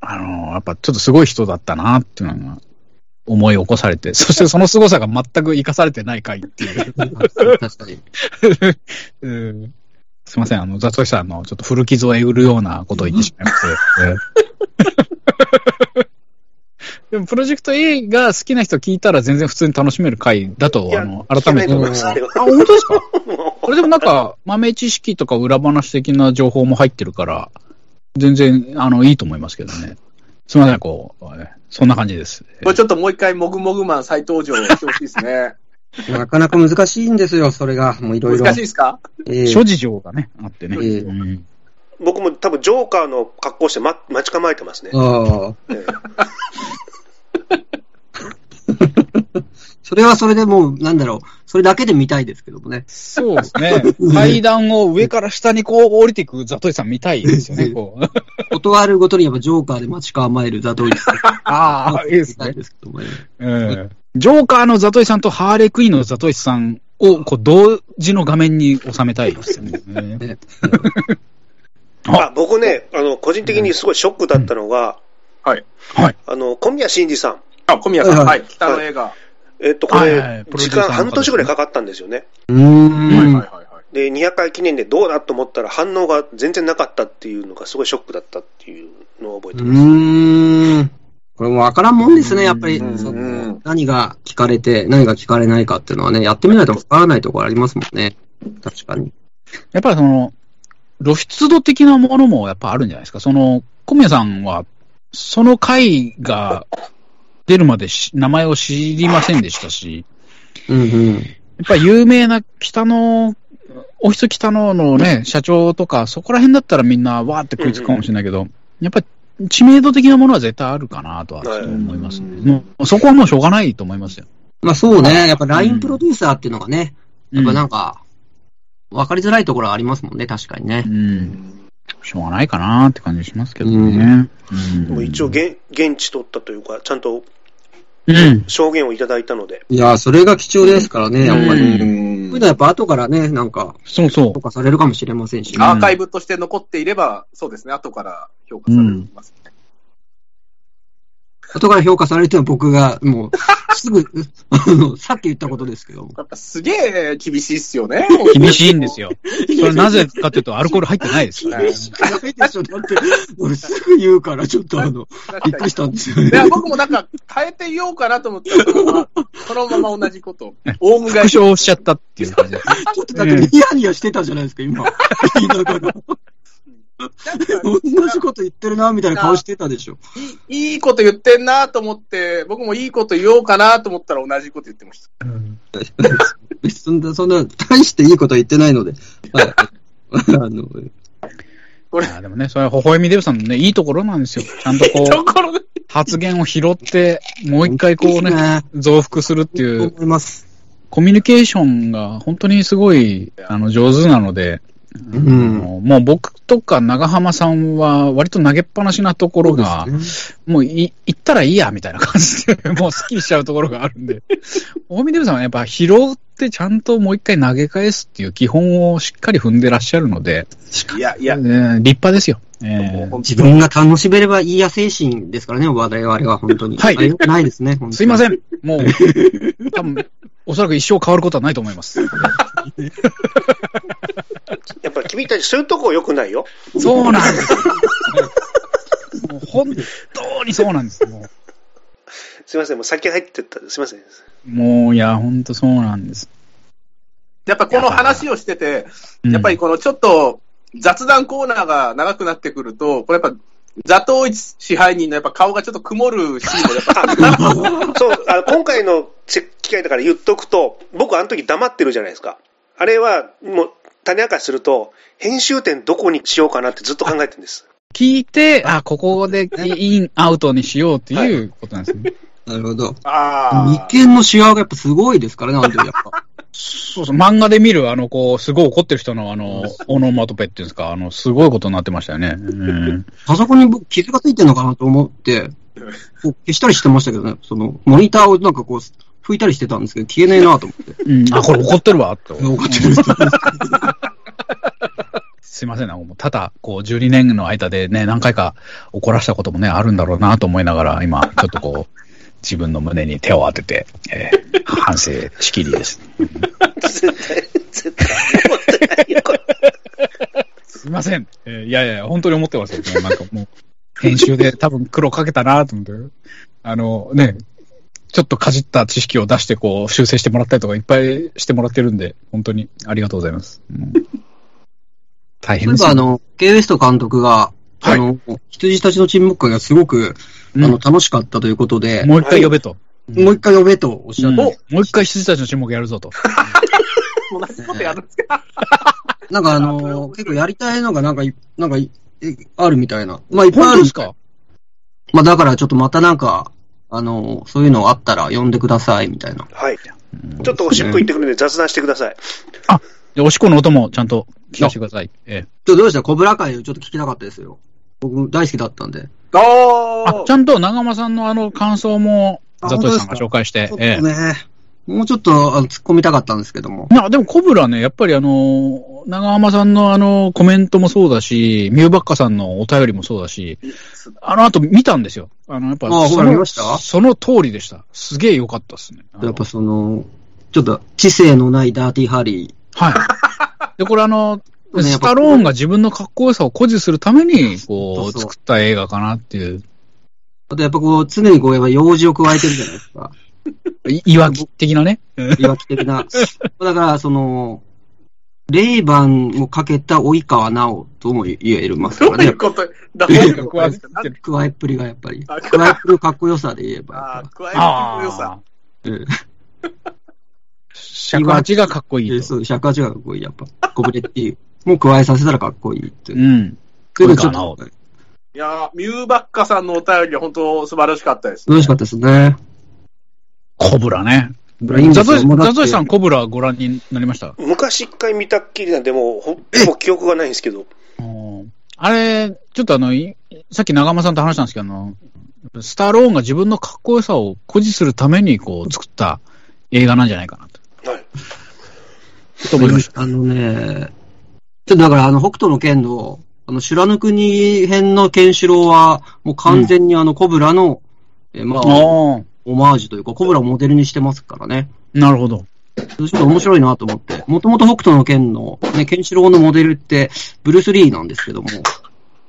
あのーやっぱちょっとすごい人だったなっていうのが、思い起こされて、そしてその凄さが全く生かされてない回っていう。
確かに。
うんすいません、あの、ザトシさんのちょっと古傷をえぐるようなことを言ってしまいまして。ええ でも、プロジェクト A が好きな人聞いたら全然普通に楽しめる回だ
い
と、
や
あの、改め
聞けない
て。
と思い
あ、
ますあれは
本当ですかこれでもなんか、豆知識とか裏話的な情報も入ってるから、全然、あの、いいと思いますけどね。すいません、こう、えそんな感じです。
これちょっともう一回、もぐもぐマン再登場してほしいですね。
なかなか難しいんですよ、それが。もういろいろ。
難しいですか
ええ
諸事情がね、あってね。
ええ
うん
僕も多分ジョーカーの格好して、ま、待ち構えてますね。
ああ。
ええ
それはそれでもう、なんだろう。それだけで見たいですけどもね。
そうです ね。階段を上から下にこう降りていくザトシさん見たいですよ ね、こう。
断るごとにやっぱジョーカーで待ち構えるザトイ さん。
ああ、いいです
見たい
ね。
ですけどもね。
うん。ジョーカーのザトイさんとハーレクイーンのザトイさんを、こう、同時の画面に収めたいですよ ね。
ね
あ
あ僕ね、あの、個人的にすごいショックだったのが、
はい。
はい。
あの、小宮真二さん。
あ、小宮さん、
はいは
はいい、北の映画。は
えっと、こ
はいはいは
れ
い、プロデュ
時
ーサーの
間
方
半年ぐらいかかったんですよね。
う
いはい
ー
は
ん
い。はい。
で、200回記念でどうだと思ったら反応が全然なかったっていうのがすごいショックだったっていうのを覚えて
う
ます。
ーん。これもわからんもんですね、やっぱり。
うん
そ
うん
の何が聞かれて、何が聞かれないかっていうのはね、やってみないとわからないところありますもんね。確かに。
やっぱりその、露出度的なものもやっぱあるんじゃないですか。その、小宮さんは、その回が出るまでし名前を知りませんでしたし、
うんうん。
やっぱり有名な北の、オフィス北ののね、社長とか、そこら辺だったらみんなわーって食いつくかもしれないけど、やっぱり知名度的なものは絶対あるかなとはちょっと思いますね。
はい
もうそこはもうしょうがないと思いますよ。
まあそうね、やっぱ
う
LINE
ん
プロデューサーっていうのがね、やっぱなんか、わかりづらいところはありますもんね、確かにね
う。ん。しょうがないかなって感じしますけど
う
ね。うん
でも一応、現、現地取ったというか、ちゃんと
うん。
証言をいただいたので、
いやー、それが貴重ですからね、やっぱり。
う
こ
ん
ういうのはやっぱ後からね、なんか、
そうそう
評。価されるかもしれませんしね。
アーカイブとして残っていれば、そうですね、後から評価されますね。
後から評価されるというのは僕が、もう、す ぐ、あのさっき言ったことですけども。
やっぱすげえ厳しいっすよ ね。
厳しいんですよ。それなぜかというと、アルコール入ってないです から。
厳しくないでしょ。だって、俺すぐ言うから、ちょっとあの、
確
び
か
っく
に
りしたんですよね
い。や、僕もなんか変えていようかなと思ったら、そのままそのまま同じ こと。オウム
復
返し。
唱しちゃったっていう感じです。
ちょっとだってニヤニヤしてたじゃないですか、今。 言いながら。
なんか
同じこと言ってるな、みたいな顔してたでしょ。
いいいいこと言ってんなと思って、僕もいいこと言おうかなと思ったら同じこと言ってました。
そんな、そんな、大していいこと言ってないので。はい。 あの、
これ
い、やでもね、それは微笑みデブさんのね、いいところなんですよ。ちゃんと こ
と
う、
ころで、
発言を拾って、もう一回こうね、増幅するってい
と
う、
思います。
コミュニケーションが本当にすごい、あの、上手なので、
う
あ
ん。
のもう僕とか長浜さんは、割と投げっぱなしなところが、もうい、行ったらいいや、みたいな感じで、 もうスッキリしちゃうところがあるんで。大見デブさんはやっぱ拾ってちゃんともう一回投げ返すっていう基本をしっかり踏んでらっしゃるので、
いやいや
え、ー立派ですよ。えー
もう
自分が楽しめればいいや精神ですからね、我々は本当に。
はい
あよくないですね、
すいま
ん。
せん。もう、多分、おそらく一生変わることはないと思います。
やっぱ君たちそういうとこ良くないよ。
そうなんですよ。もう本当にそうなんです。も
すいません、もう先入ってった。すいません。
う、もういや、本当そうなんです。
やっぱこの話をしてて、
うん
やっぱり、このちょっと雑談コーナーが長くなってくると、これやっぱ、座頭市支配人のやっぱ顔がちょっと曇るシーンがやっぱ
そう、あの今回の機会だから言っとくと、僕あの時黙ってるじゃないですか。あれは、もう、種明かしすると、編集点どこにしようかなってずっと考えてるんです。
聞いて、あ、ここ でイン、アウトにしようっていうことなんですね。
なるほど。
あ
眉
あ。
間のシワがやっぱすごいですからね、あの時やっぱ。
そうそう、漫画で見る、あの、こう、すごい怒ってる人の、あの、オノマトペっていうんですか、あの、すごいことになってましたよね。うん。
パソコンに僕傷がついてるのかなと思って、こう消したりしてましたけどね、その、モニターをなんかこう、拭いたりしてたんですけど、消えねえなと思って。
うん、あ、これ怒ってるわ、と。
怒って る
すいませんな、もうただ、こう、12年の間でね、何回か怒らしたこともね、あるんだろうなと思いながら、今、ちょっとこう、自分の胸に手を当てて、え ー反省しきりです。
絶対、絶対思ってないよ、これ。
すいません。えーいやいや、本当に思ってますよ、ね。なんかもう、編集で多分苦労かけたなと思って。あの、ね、ちょっとかじった知識を出して、こう、修正してもらったりとかいっぱいしてもらってるんで、本当にありがとうございます。うん 大変
例え
です
ば、あ
よ。
の、ケイウエスト監督が、
はい
あの、羊たちの沈黙会がすごく、
うん
あの、楽しかったということで、
もう一回呼べと。
もう一回呼べとおっしゃ
う
っ
ん
て、
もう一回羊たちの沈黙やるぞと。
同じことやるんですけど、
なんかあ
あそれ面白
の、
い
結構やりたいのがなんかい、なんかい、えあるみたいな。まあ、いっぱいあ
本
る
当
ん
ですか
まあ、だからちょっとまたなんか、あの、そういうのあったら呼んでください、みたいな。
はい。ちょっとおしっこ行ってくるんで雑談してください。
でおしっこの音もちゃんと聞かせてください。ええ
ちょっとどうでしたコブラ会をちょっと聞きたかったですよ。僕大好きだったんで。
あ
お
ちゃんと長間さんのあの感想も、
あ
ザトシさんが紹介して
ちょ。っと
ええ
ね、もうちょっとあの突っ込みたかったんですけども。
いや、でもコブラね、やっぱりあの、長浜さんのあの、コメントもそうだし、ミューバッカさんのお便りもそうだし、あの後見たんですよ。あの、やっぱ、
あ
そ
コブラ見
の
ました
その通りでした。すげえ良かったですね。あの
やっぱその、ちょっと知性のないダーティーハリ
はい。 で、これあの、
ー。
スタローンが自分のかっこよさを誇示するために、こ
そう
う、
そう
作った映画かなっていう、
あとやっぱこう、常にこう、やっぱ用事を加えてるじゃないですか。
いいわき的なね。
いわき的な。だから、その、レイバンをかけた及川直とも言えますか
ど
ら
ういう
ね。
ことだ
い
どう
や
いうことですかなん
加えっぷりがやっぱり。
あ
加えっぷりのかっこよさで言え
あ
ば
ー、。加え
あ
ての良さ。
ええ
尺八がかっこいい
え
と。
そう、尺八がかっこいい、やっぱ。コブレッティもう加えさせたらかっこいいっていう。
うん。
というの
及川
ちょ
直
っと、
いやーミューバッカさんのお便り、本当素晴らしかったです、
嬉しかったですね。
コブラね。
ブラインド
ザトシ
さんもだっ
ザ
て
トシさん、コブラご覧になりました
昔一回見たっきりなんで、もうほんもう記憶がないんですけど。
あれ、ちょっとあの、いさっき長間さんと話したんですけど、あの、スタローンが自分のかっこよさを誇示するために、こう、作った映画なんじゃないかなと。
はい。
ちょっと思いました。
あのね、ちょっとだからあの、北斗の剣の、あの、修羅の国編のケンシロウは、もう完全にあの、コブラの、えまあ、
ああ、
オマージュというか、コブラをモデルにしてますからね。
なるほど。
ちょっと面白いなと思って。もともと北斗の剣の、ね、ケンシロウのモデルって、ブルース・リーなんですけども、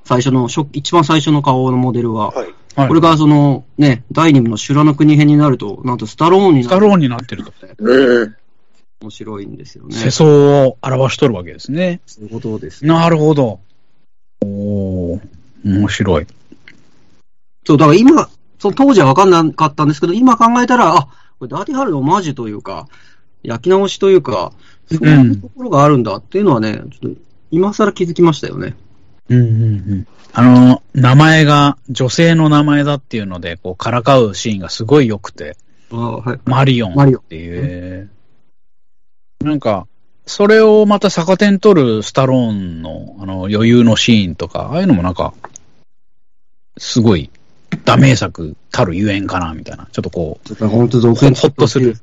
最初の、初一番最初の顔のモデルは、
はい。
はい
これがその、ね、第2部の修羅の国編になると、なんとスタローンに
ス
な
タ
る
ローンになってると。
うん。
面白いんですよね。
世相を表しとるわけですね。
そういうことです。
なるほど。おお面白い。
そう、だから今、その当時は分かんなかったんですけど、今考えたら、あ、これダーティーハルのオマージュというか、焼き直しというか、そういうところがあるんだっていうのはね、ちょっと今更気づきましたよね。
うんうんうん。あの、名前が女性の名前だっていうので、こう、からかうシーンがすごい良くて、
あはい。
マリオン
マリオ
っ。ていう、なんか、それをまた逆手に取るスタローンのあの余裕のシーンとか、ああいうのもなんか、すごい、ダメ作たるゆえんかな、みたいな。ちょっとこ
ちょっと本当
う、
続
ほ
編
ほっとする。。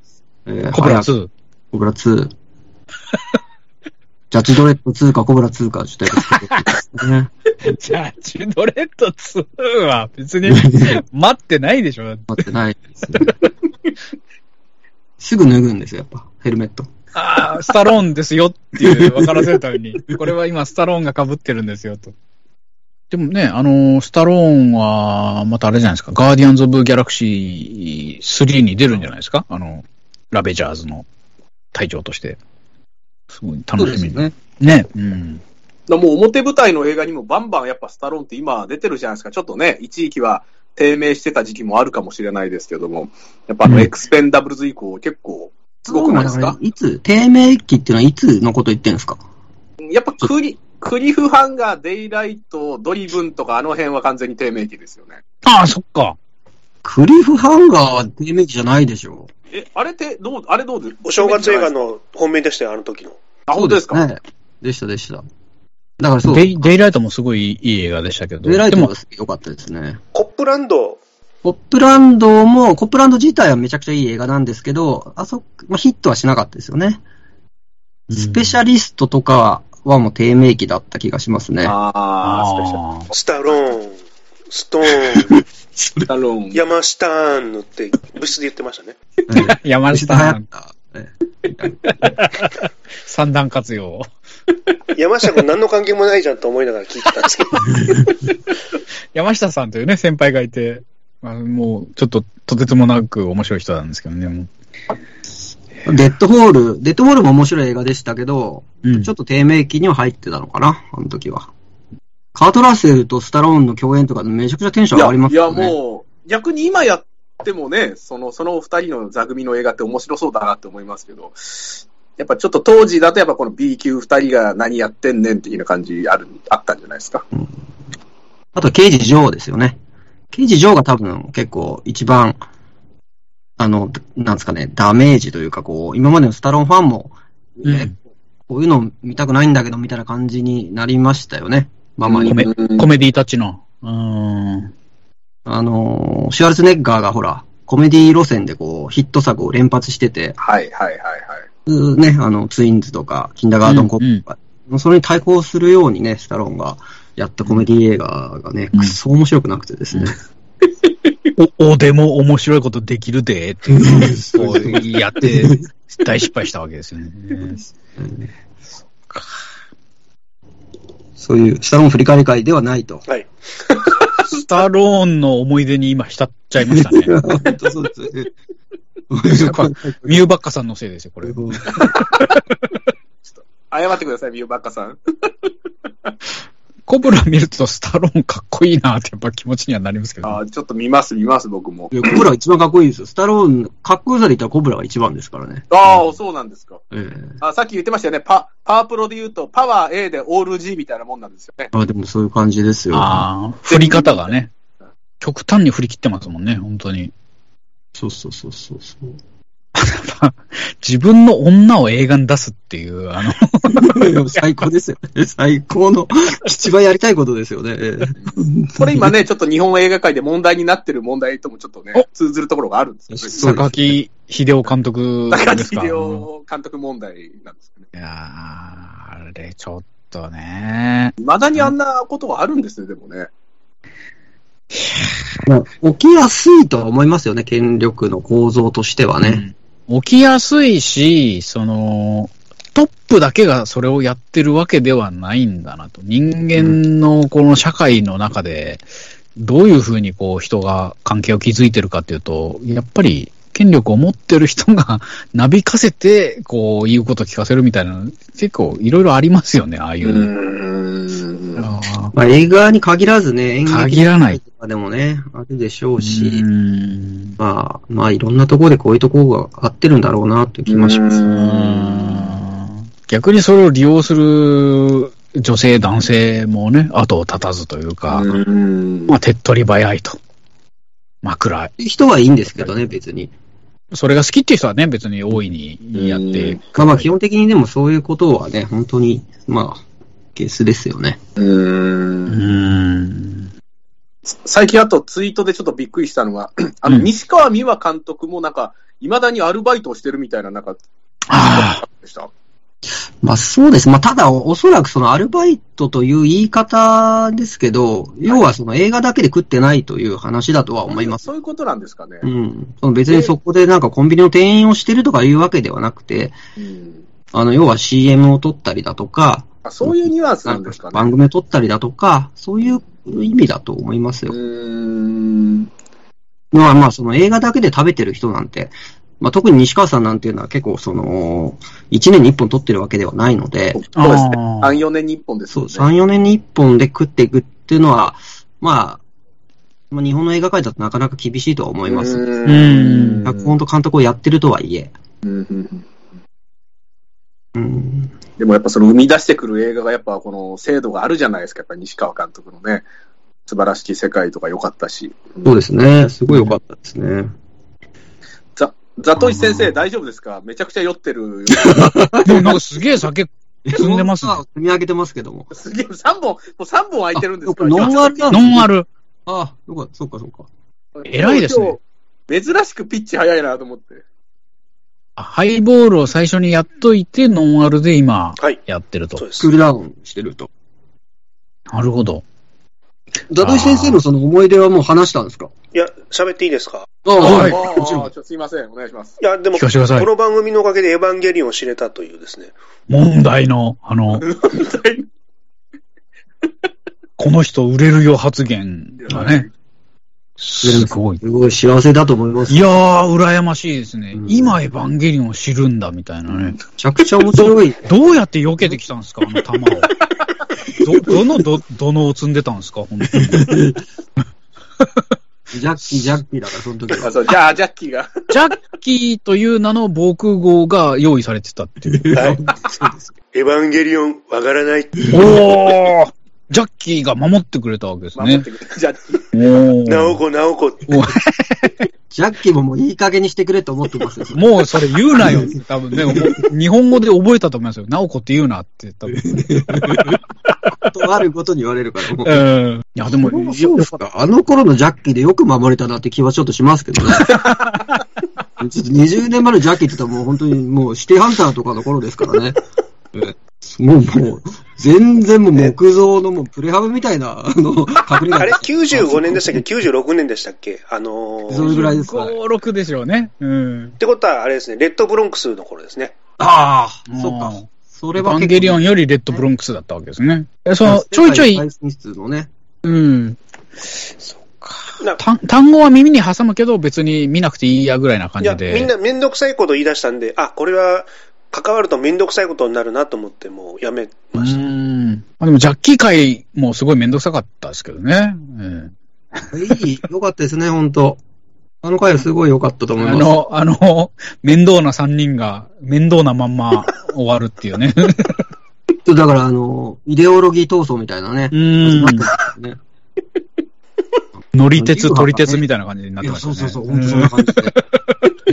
えー、
コブラ
早く
2。
コブラ2。ジャッジドレッド2かコブラ2か、ちょっとや っ
ジャッジドレッド2は別 に
てね。
待ってないでしょ。
待ってないですね。すぐ脱ぐんですよ、やっぱ。ヘルメット。
ああ、スタローンですよっていう分からせるため に、これは今スタローンが被ってるんですよと。でもね、あのースタローンは、またあれじゃないですか、ガーディアンズ・オブ・ギャラクシー3に出るんじゃないですかあの、ラベジャーズの隊長として。すごい楽しみね。
ね。
ね、うん。
だからもう表舞台の映画にもバンバンやっぱスタローンって今出てるじゃないですか。ちょっとね、一時期は低迷してた時期もあるかもしれないですけども、やっぱあ
う
の
ん
エクスペンダブルズ以降結構すごくないです
だ
から
いつ、低迷期っていうのはいつのこと言ってるんですか
やっぱクリクリフハンガー、デイライト、ドリブンとかあの辺は完全に低迷期ですよね。
ああ、そっか。
クリフハンガーは低迷期じゃないでしょ
え、あれってどう、あれどうで
お正月映画。の本命でしたよ、あの時の。
あ、本当ですか
ね。でした、でした。だからそう、
デ
デ
イデイライトもすごいいい映画でしたけど。
イライト
で
も
も、
良かったですね。
コップランド、
コップランドも、コップランド自体はめちゃくちゃいい映画なんですけど、あそ、まあ、ヒットはしなかったですよね。スペシャ
ル
リストとかはもう低迷期だった気がしますね。
ああ、スペシ
スタ
ャル。
ローン、ストーン、
それ。
タローン。
山下ーンのって部室で言ってましたね。
山
ちょっと流行
下
っ、た。
三段活用。
山下君何の関係もないじゃんと思いながら聞いてたんですけ ど。
山下さんというね、先輩がいて、まあ、もう、ちょっと、とてつもなく面白い人なんですけどね。も
デッドホール、デッドホールも面白い映画でしたけど、
ううん
ちょっと低迷期には入ってたのかな、あの時は。カートラッセルとスタローンの共演とかめちゃくちゃテンション上がります
いや、
よ
い
ね。
やもう、逆に今やってもね、その、そのお二人の座組の映画って面白そうだなって思いますけど、やっぱちょっと当時だとやっぱこの B 級二人が何やってんねんっていうような感じある、あったんじゃないですか。
あと、刑事ジョーですよね。刑事ジョーが多分結構一番、あの、なんですかね、ダメージというか、こう、今までのスタローンファンも、
うん
えこういうの見たくないんだけど、みたいな感じになりましたよね。まあまあ、
ごめん
うん
コメディーたちの。うーん。
あのー、シュワルツェネッガーがほら、コメディ路線でこう、ヒット作を連発してて、
はいはいはいはい。
うーね、あの、ツインズとか、キンダガードンコップとか、それに対抗するようにね、スタローンがやったコメディ映画がね、
うん
くそ面白くなくてですね。
お、おでも面白いことできるで、っていう、こ うやって、大失敗したわけですよね。
うんそういう、スタローン振り返り会ではない と。
はい。
スタローンの思い出に今浸っちゃいま したね。
本当そうですよね。こ
ミューバッカさんのせいですよ、これ
れ。これ
謝ってください、ビューバッカさん。
コブラ見るとスタローンかっこいいなってやっぱ気持ちにはなりますけど、
あーちょっと見ます見ます、僕も。
いやコブラが一番かっこいいですよ。スタローン、かっこよさで言ったらコブラが一番ですからね。
ああ、そうなんですか。
ええ
あさっき言ってましたよね。パ、パワープロで言うと、パワー A でオール G みたいなもんなんですよね。
まあでもそういう感じですよ。
ああ、振り方がね、極端に振り切ってますもんね、本当に。
そうそうそうそうそう。
自分の女を映画に出すっていう、 あの、
最高 ですよ。最高の、一番やりたいことですよね。ええ
これ 今ね、ちょっと日本映画界で問題になってる問題ともちょっとね
お、
通ずるところがあるんですよね。
そうです
坂木秀夫監督
高
で
木
すか。
秀夫監督問題なんですよね。
いやーあれちょっとね。
未だにあんなことはあるんですね、でもね。
まあ起きやすいとは思いますよね、権力の構造としてはね。
うん起きやすいし、その、トップだけがそれをやってるわけではないんだなと。人間のこの社会の中で、どういうふうにこう人が関係を築いてるかっていうと、やっぱり権力を持ってる人が なびかせて、こう言うこと聞かせるみたいな、結構いろいろありますよね、ああいうの。
ん。
あー
まあ、映画に限らずね、演劇
限らない。
とかでもね、あるでしょうし、
うん
まあ、まあ、いろんなところでこういうところが合ってるんだろうな、という気もします。
逆にそれを利用する女性、男性もね、後を絶たずというか、
うん
まあ、手っ取り早いと。枕。
人はいいんですけどね、別に。
それが好きっていう人はね、別に大いにやって。
まあまあ、基本的にでもそういうことはね、本当に、まあ、ケースですよね。
うーん。
最近あとツイートでちょっとびっくりしたのが、あの、
うん
西川美和監督もなんか、未だにアルバイトをしてるみたいな、なんか、
ああ、
でした。
まあそうです。まあただ、おおそらくそのアルバイトという言い方ですけど、要はその映画だけで食ってないという話だとは思います。
そういうことなんですかね
う。ん。その別にそこでなんかコンビニの店員をしてるとかいうわけではなくて、
うん
あの、要は CM を撮ったりだとか、
あそういうニュアンス
な
なんんで
か
すか
番
ね。
組を撮ったりだとか、そういう意味だと思います
う
よ。
ーん。
要はまあその映画だけで食べてる人なんて、まあ特に西川さんなんていうのは結構その、1年に1本撮ってるわけではないので
そう、ですね。
あー
3、4年に1本です
そ
よ
う、
ね。
3、4年に1本で食っていくっていうのは、まあ、まあ、日本の映画界だとなかなか厳しいとは思います。
う
ーん
脚本と監督をやってるとはいえ。
うんうんうん
うん。
でもやっぱその生み出してくる映画がやっぱこの精度があるじゃないですか、やっぱ西川監督のね、素晴らしき世界とか良かったし。
そうですね。すごい良かったですね。
ザ、ザトイ先
う
生
ん
大丈夫ですかめちゃくちゃ酔ってる。
でもなんかすげえ酒、積んでますね
僕は積み上げてますけども。
すげえ、3本、もう3本空いてるんですか
あノンアルな
ノンアル。
ああ、よかった、そうか、そうか。
偉いですね。
今日珍しくピッチ早いなと思って。
あハイボールを最初にやっといて、ノンアルで今、
はい。
やってる
そう
と。
で
ク
す
ー。ルダウンしてると。
なるほど。
ザトシ先生のその思い出はもう話したんですか
い喋っていいですか
はい
あ
もちろん
あちょすいません、お願いします。
いや、でも、
聞
こ
かせてください
の番組のおかげでエヴァンゲリオンを知れたというですね。
問題の、あの、この人売れるよ発言がね、すごい。
すごい幸せだと思います。
いや
め
ー、羨ましいですね。
うん
今、エヴァンゲリオンを知るんだ、みたいなね。
ちゃくちゃ面白い。
どうやって避けてきたんですか、あの弾を。ど、どの、ど、どのを積んでたんですか、本当に。
ジャッキー、ジャッキーだから、その時
あ
は。
そうじゃあ、ジャッキーが。
ジャッキーという名の防空壕が用意されてたっていう。
はい。エヴァンゲリオン、わからない。
おージャッキーが守ってくれたわけです
守っ
ね。
てくれたジャッキー。
おー
なおこなおこ。
ジャッキーももういい加減にしてくれと思ってますよ。
もうそれ言う なよって多分ね、もう日本語で覚えたと思いますよ。ナオコって言うなって多分。
あることに言われるから、もう。
うん。いや、でも、
そうですか。あの頃のジャッキーでよく守れたなって気はちょっとしますけどね。ちょっと20年前のジャッキーって言ったらもう本当にもうシティハンターとかの頃ですからね。もうもう、全然もう木造のもうプレハブみたいな、あの、隠れ家
あれ ?95 年でしたっけ ?96 年でしたっけあの
そ
ー、
れ
っ
ぐらいですか
5、6でしょうね。うん。
てことは、あれですね、レッドブロンクスの頃ですね。
ああ、
ん
そっか。そ
エ
れ
ヴ
は
ァン
結構
ゲリオンよりレッドブロンクスだったわけですね。えその、ちょいちょい
世界、最進出のね。
うん。
な
単単語は耳に挟むけど、別に見なくていいやぐらいな感
いや、
じで。
みんなめんどくさいこと言い出したんで、あ、これは関わるとめんどくさいことになるなと思って、もうやめ
う
ました。
ん。まあでも、ジャッキー界もすごいめんどくさかったですけどね。うん。
いい、良かったですね、 本当あの回はすごい良かったと思い
あ
ます。
の、あの、 面倒な三人が、面倒なまんま終わるって いうね。
だから、あの、イデオロギー闘争みたいなね
う。ん。
ね
乗り鉄、取り鉄みたいな感じになって
いや、
ました
そ
ね。
うそうそう、本当そんな感じで。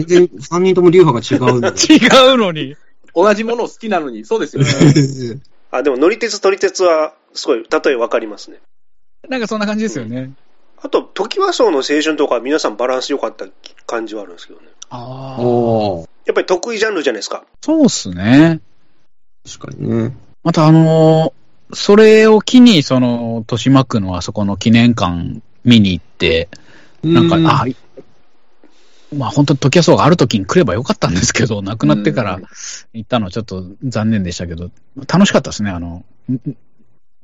全然、3人とも流派が違う んで。
うん違うのに。
同じものを好きなのに、そうですよね。
あ、でも乗り鉄、取り鉄は、すごい、例えわかりますね。
なんかそんな感じですよね。
あと、時和荘の青春とか、皆さんバランス良かった感じはあるんですけどね。
ああ。
おー
やっぱり得意ジャンルじゃないですか。
そうっすね。
確かにね。
またあのーそれを機に、その、豊島区のあそこの記念館見に行って、なんか、あ、まあ本当に時計荘がある時に来ればよかったんですけど、亡くなってから行ったのはちょっと残念でしたけど、楽しかったですね、あの、んん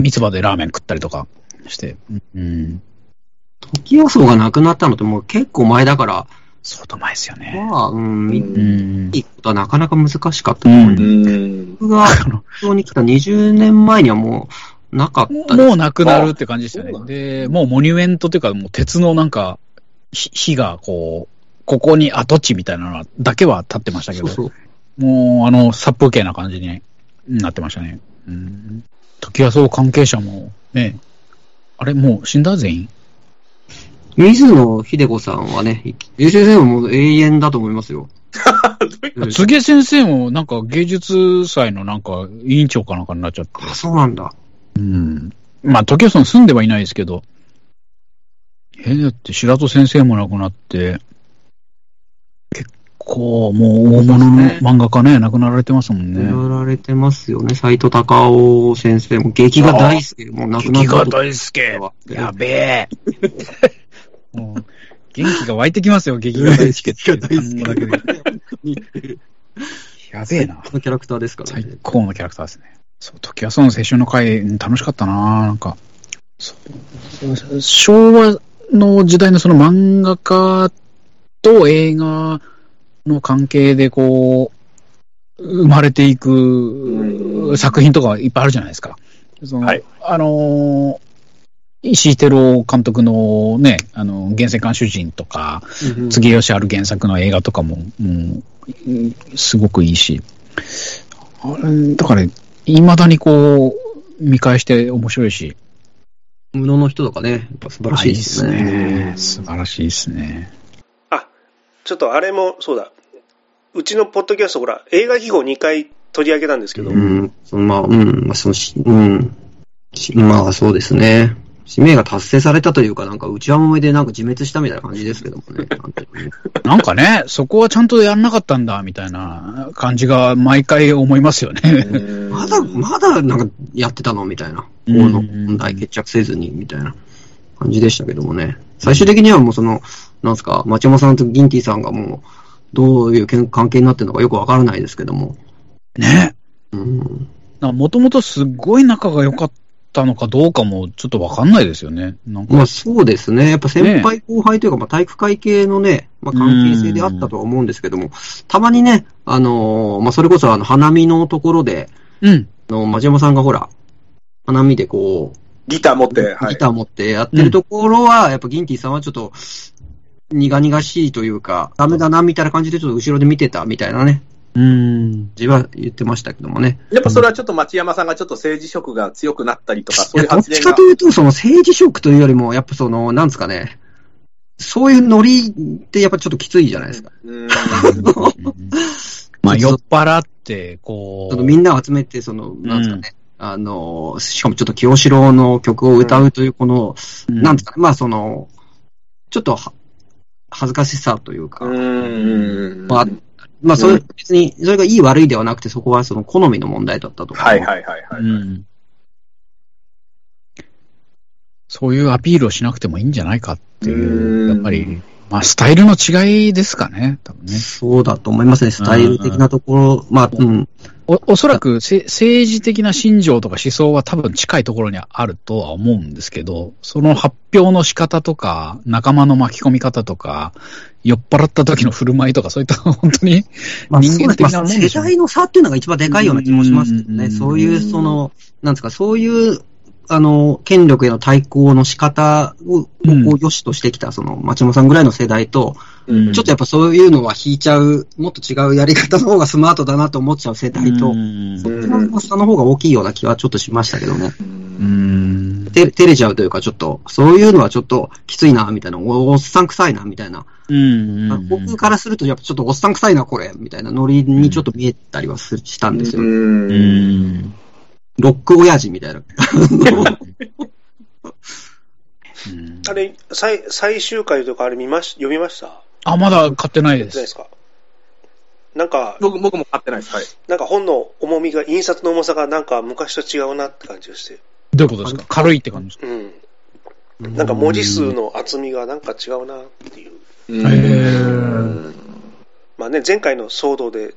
三つ葉でラーメン食ったりとかして。うん。
時予想がなくなったのってもう結構前だから、
相当前ですよね。
まあ、うん、見
う。
うん
に行くことはなかなか難しかったと思います。
ん。
僕が
あの
東京に来た20年前にはもうなかったです。
もうなくなるって感じでした
あそうな
ね。
ん
で、もうモニュメントというか、もう鉄のなんか、ひ火がこう、ここに跡地みたいなのだけは立ってましたけ
そ
ど、
うそう。
もうあの、殺風景な感じになってましたね。うん。時矢荘関係者も、ね、あれもう死んだ全員
水野秀子さんはね、優秀生はもう永遠だと思いますよ。うん
杉江先生もなんか芸術祭のなんか委員長かなんかになっちゃって。
あ、そうなんだ。
うん。まあ、時吉さん住んではいないですけど、えだって白戸先生も亡くなって、結構もう大物の漫画家ね、亡くなられてますもん
や
ね。
られてますよね。斎藤隆夫先生も、劇画大好きで、もう亡くな
劇
った
画
と。
大輔やべえ もう元気が湧いてきますよ、劇画大輔って。単語だけで やべえな。
のキャラクターですから
最
ね。
高のキャラクターですね。そう、時はその青春の会、うん楽しかったななんか。そう昭和の時代のその漫画家と映画の関係でこう、生まれていく
ん
作品とかいっぱいあるじゃないですか。その
はい
あのー石井照夫監督のね、あの、源泉監修人とか、
うん
杉吉ある原作の映画とかも、もううん、すごくいいし、あれだから、いまだにこう、見返して面白いし、
無能の人とかね、やっぱ素晴らしいです
あいいっ
ね。
ね素晴らしいですね。
あ、ちょっとあれも、そうだ。うちのポッドキャスト、ほら、映画記号2回取り上げたんですけど、
うん、そのまあ、うん、まあ、そのし、うん、しまあ、そうですね。使命が達成されたというか、なんか、内輪もめでなんか自滅したみたいな感じですけどもね。なんていうの
なんかね、そこはちゃんとやんなかったんだ、みたいな感じが毎回思いますよ ね。
まだ、まだなんかやってたのみたいな。
うん
この問題決着せずに、みたいな感じでしたけどもね。最終的にはもうその、なんすか、町山さんとギンティさんがもう、どういうけん関係になってるのかよくわからないですけども。
ね。
うん。
もともとすごい仲が良かったのかどうかもちょっとわかんないですよね。なんか
まあそうですね。やっぱ先輩後輩というか、まあ体育会系のね、まあ関係性であったとは思うんですけども、たまにね、あのーまあそれこそあの、花見のところで、
うん。
あの、町山さんがほら、花見でこう、
ギター持って、はい
ギ。ター持ってやってるところは、やっぱギンティさんはちょっと、苦々しいというか、ダメだな、みたいな感じでちょっと後ろで見てたみたいなね、
うん。
自分は言ってましたけどもね。
やっぱそれはちょっと町山さんがちょっと政治色が強くなったりとか、
い
そう
や
いう
どっ
発
ち
言
か
が
と。いうと、その政治色というよりも、やっぱその、なんですかね、そういうノリってやっぱちょっときついじゃないですか。
うーん
まあ酔っ払って、こ。
そうのみんなを集めて、その、なんですかね、あの、しかもちょっと清志郎の曲を歌うという、この、
うん
なんですかね、まあその、ちょっとは、恥ずかしさというか、
うーん。
まあ
はい
まあそれ、
うん
別に、それがいい悪いではなくて、そこはその好みの問題だったと。
はいはいはい。
うんそういうアピールをしなくてもいいんじゃないかっていうう、
ん
やっぱり、まあ、スタイルの違いですかね、多分ね。
そうだと思いますね、スタイル的なところ、まあ、うん、
おおそらくせ政治的な信条とか思想は多分近いところにあるとは思うんですけど、その発表の仕方とか、仲間の巻き込み方とか、酔っ払った時の振る舞いとか、そういった 本当に、
まあ、
人間的な
そう
もん
ですねま
で
あ
し
世
ょうね
代の差っていうのが一番でかいような気もしますけど
うん
ね、そういう、その、なんですか、そういう、あの、権力への対抗の仕方を、こ
うん
う、良しとしてきた、その、町山さんぐらいの世代と、
うん
ちょっとやっぱそういうのは引いちゃう、もっと違うやり方の方がスマートだなと思っちゃう世代と
う、ん
そっちの差の方が大きいような気はちょっとしましたけどね。
うん
て照れちゃうというか、ちょっと、そういうのはちょっときついな、みたいな、おおっさん臭いな、みたいな。
うんうん
僕からすると、やっぱちょっとおっさん臭いな、これ、みたいなノリにちょっと見えたりはすしたんですよ。
う
うん
ん
ロック親父みたいな。
うん
あれ、最最終回とかあれ見まし、読みました
あ、まだ買ってない
じゃ
で
ないです
す。
か。なんか、
僕僕も買ってないです。はい。
なんか本の重みが、印刷の重さがなんか昔と違うなって感じがして。
どういうことですか軽いって感じです
うん。なんか文字数の厚みがなんか違うなっていう。
ー
まあね、前回の騒動で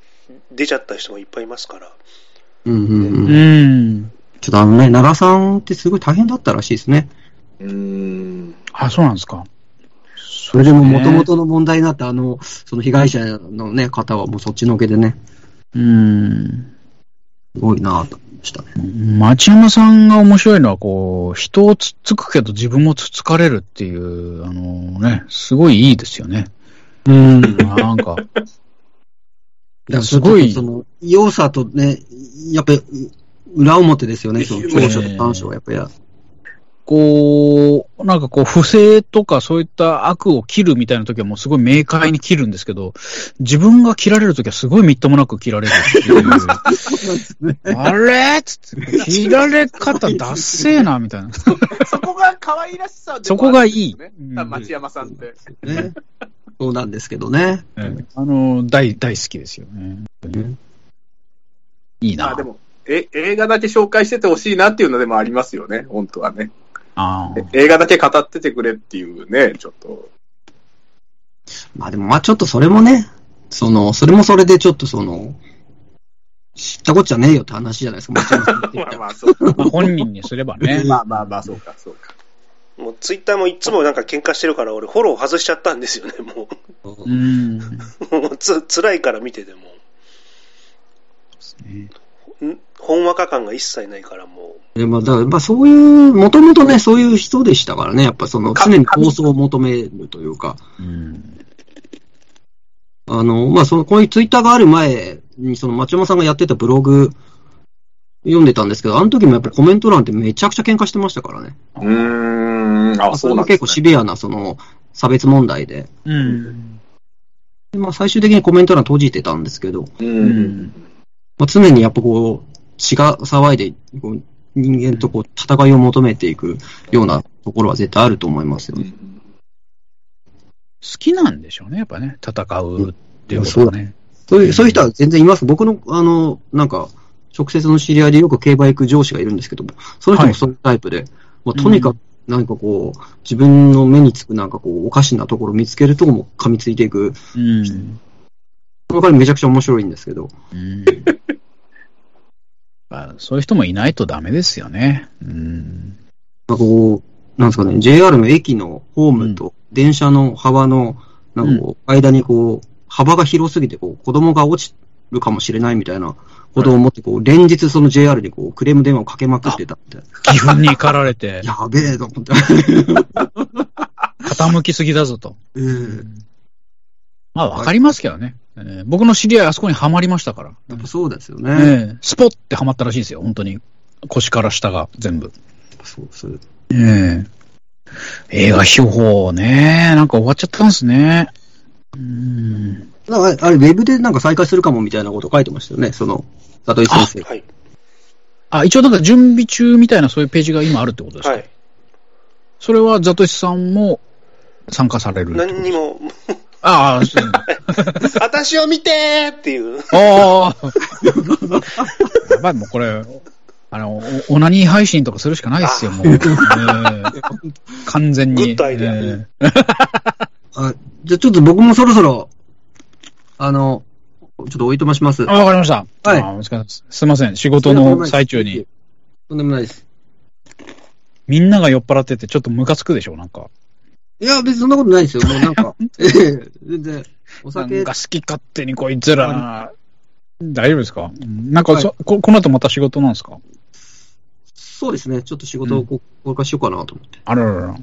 出ちゃった人もいっぱいいますから。
うんうん
か
うん。
ん。
ちょっとあのね、奈良さんってすごい大変だったらしいですね。
うん。
あ、そうなんですか。
それでも元々の問題になって、あの、その被害者のね、方はもうそっちのけでね、
うん。
すごいなぁと思いましたね。
町山さんが面白いのは、こう、人をつっつくけど自分もつっつかれるっていう、あのね、すごいいいですよね。
うん。
なんか、
だから
すごい
ちょっとその、良さとね、やっぱり、裏表ですよね、その長所と短所はやっぱり。
こう、なんかこう、不正とかそういった悪を切るみたいな時はもうすごい明快に切るんですけど、自分が切られる時はすごいみっともなく切られるっていう。あれっつって、切られ方だっせーな、みたいな。
そこが可愛らしさで
そ
も
こ
あ
が
る
い
んです
い
よね。。町山さんって。
ね。 そうなんですけどね。
うんあの、大、大好きですよね。いいな。
あでもえ、映画だけ紹介しててほしいなっていうのでもありますよね、本当はね。
あー
映画だけ語っててくれっていうね、ちょっと。
まあでも、まあちょっとそれもね、その、それもそれでちょっとその、知ったこっちゃねえよって話じゃないですか、もちろん
まあまあ、そうか。。
まあ本人にすればね
まあまあまあ、そうか、そうか。
もうツイッターもいつもなんか喧嘩してるから、俺フォロー外しちゃったんですよね、も
うん。そう
う。もう つ、辛いから見てても。
ですね
んほんわか感が一切ないから、も
でも、だから、まあそういう、もともとね、そういう人でしたからね、やっぱその、
か
常に構想を求めるというか、
うん。
あの、まあその、こういうツイッターがある前に、その、町山さんがやってたブログ、読んでたんですけど、あの時もやっぱコメント欄ってめちゃくちゃ喧嘩してましたからね。
うーん、あ、
そ
そ
れ
うな
も
んです
結構
ね
シビアな、その、差別問題で。
うん。
でまあ最終的にコメント欄閉じてたんですけど、
うん。
まあ、常にやっぱこう、血が騒いで、こう人間とこう戦いを求めていくようなところは絶対あると思いますよね。
好きなんでしょうね、やっぱね。戦うっていうことがね。
そういうそういう人は全然います。僕の、あの、なんか、直接の知り合いでよく競馬行く上司がいるんですけども、その人もそういうタイプで、もうとにかく何かこう、自分の目につくなんかこう、おかしなところ見つけるとも噛みついていく。
うん。
これからめちゃくちゃ面白いんですけど。
うん。まあ、そういう人もいないとダメですよね。うん。
なんかこう、なんですかね、JR の駅のホームと電車の幅の、なんかこう、間にこう、幅が広すぎて、こう、子供が落ちるかもしれないみたいなことを思って、こう、連日その JR にこう、クレーム電話をかけまくってたって。
義憤に怒られて、
やべえと思って。
傾きすぎだぞと。
ええ
まあ、わかりますけどね。えー僕の知り合い、あそこにはまりましたから。
やっぱそうですよね。やっ
ええスポッてはまったらしいですよ、本当に。腰から下が全部。
ぱそうそう。
ええ映画秘宝ねなんか終わっちゃったんですね。うん。
なんかあれ、ウェブでなんか再開するかもみたいなこと書いてましたよね、その、里井先生。
はい。
あ、一応なんか準備中みたいなそういうページが今あるってことですか、
はい。
それはザトシさんも参加されるってこと
何にも、
ああ、そう
私を見てーっていう。
あ あ。やばい、もうこれ、あの、おオナニー配信とかするしかないですよ、もう。え え完全に。
グッドアイデア
え
あじゃあちょっと僕もそろそろ、あの、ちょっとおいとまします。
えあ、わかりました。
はい
あお疲れ様ですすいません、仕事の最中に。。
とんでもないです。
みんなが酔っ払ってて、ちょっとムカつくでしょ、なんか。
いや、別にそんなことないですよ。もうなんか、ええ全然、お
なん
酒
か、好き勝手にこいつら。大丈夫ですかうんなんかそ、こ、この後また仕事なんですか
そうですね。ちょっと仕事をここれからしようかなと思って。
あららら。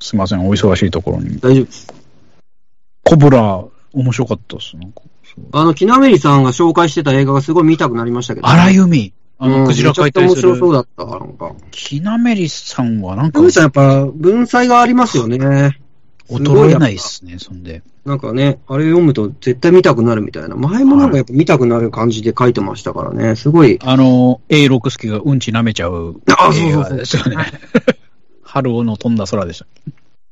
すいません、お忙しいところに。
大丈夫です。
コブラ、面白かったっす。なんかそう
あの、木なめりさんが紹介してた映画がすごい見たくなりましたけど、
荒井海。あ
う
の、
ん、
クジラ描いた
め
り
ち
す
ゃくちゃ面白
る
そ。うだった、なんか。
きなめりさんはなん
木
か
なめりさんやっぱ、文才がありますよね。
衰えないっすね、そんで。
なんかね、あれ読むと絶対見たくなるみたいな。前もなんかやっぱ見たくなる感じで書いてましたからね。すごい。
あの、A6 助がうんち舐めちゃう
あ
映
そうそう
画
そう
です よね。春尾の飛んだ空でした。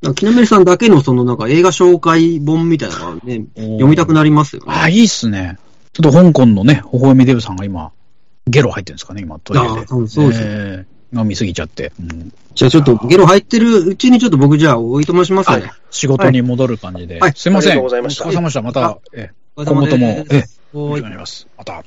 なんか木のりさんだけのそのなんか映画紹介本みたいなのがね、読みたくなりますよね。
あ、いいっすね。ちょっと香港のね、微笑みデブさんが今、ゲロ入ってるんですかね、今、トイレ
あ
で
あ、。多分そうですね。
えー飲みすぎちゃって。うん
じゃあちょっとゲロ入ってるうちにちょっと僕じゃあおいとましますね。
仕事に戻る感じで。
はい
すいません。
ありがとうございました
お疲れ様でした。また、え
お疲れ
今
様
後
です
とも、ええ、よろ
お
し
い
くお願いします。また。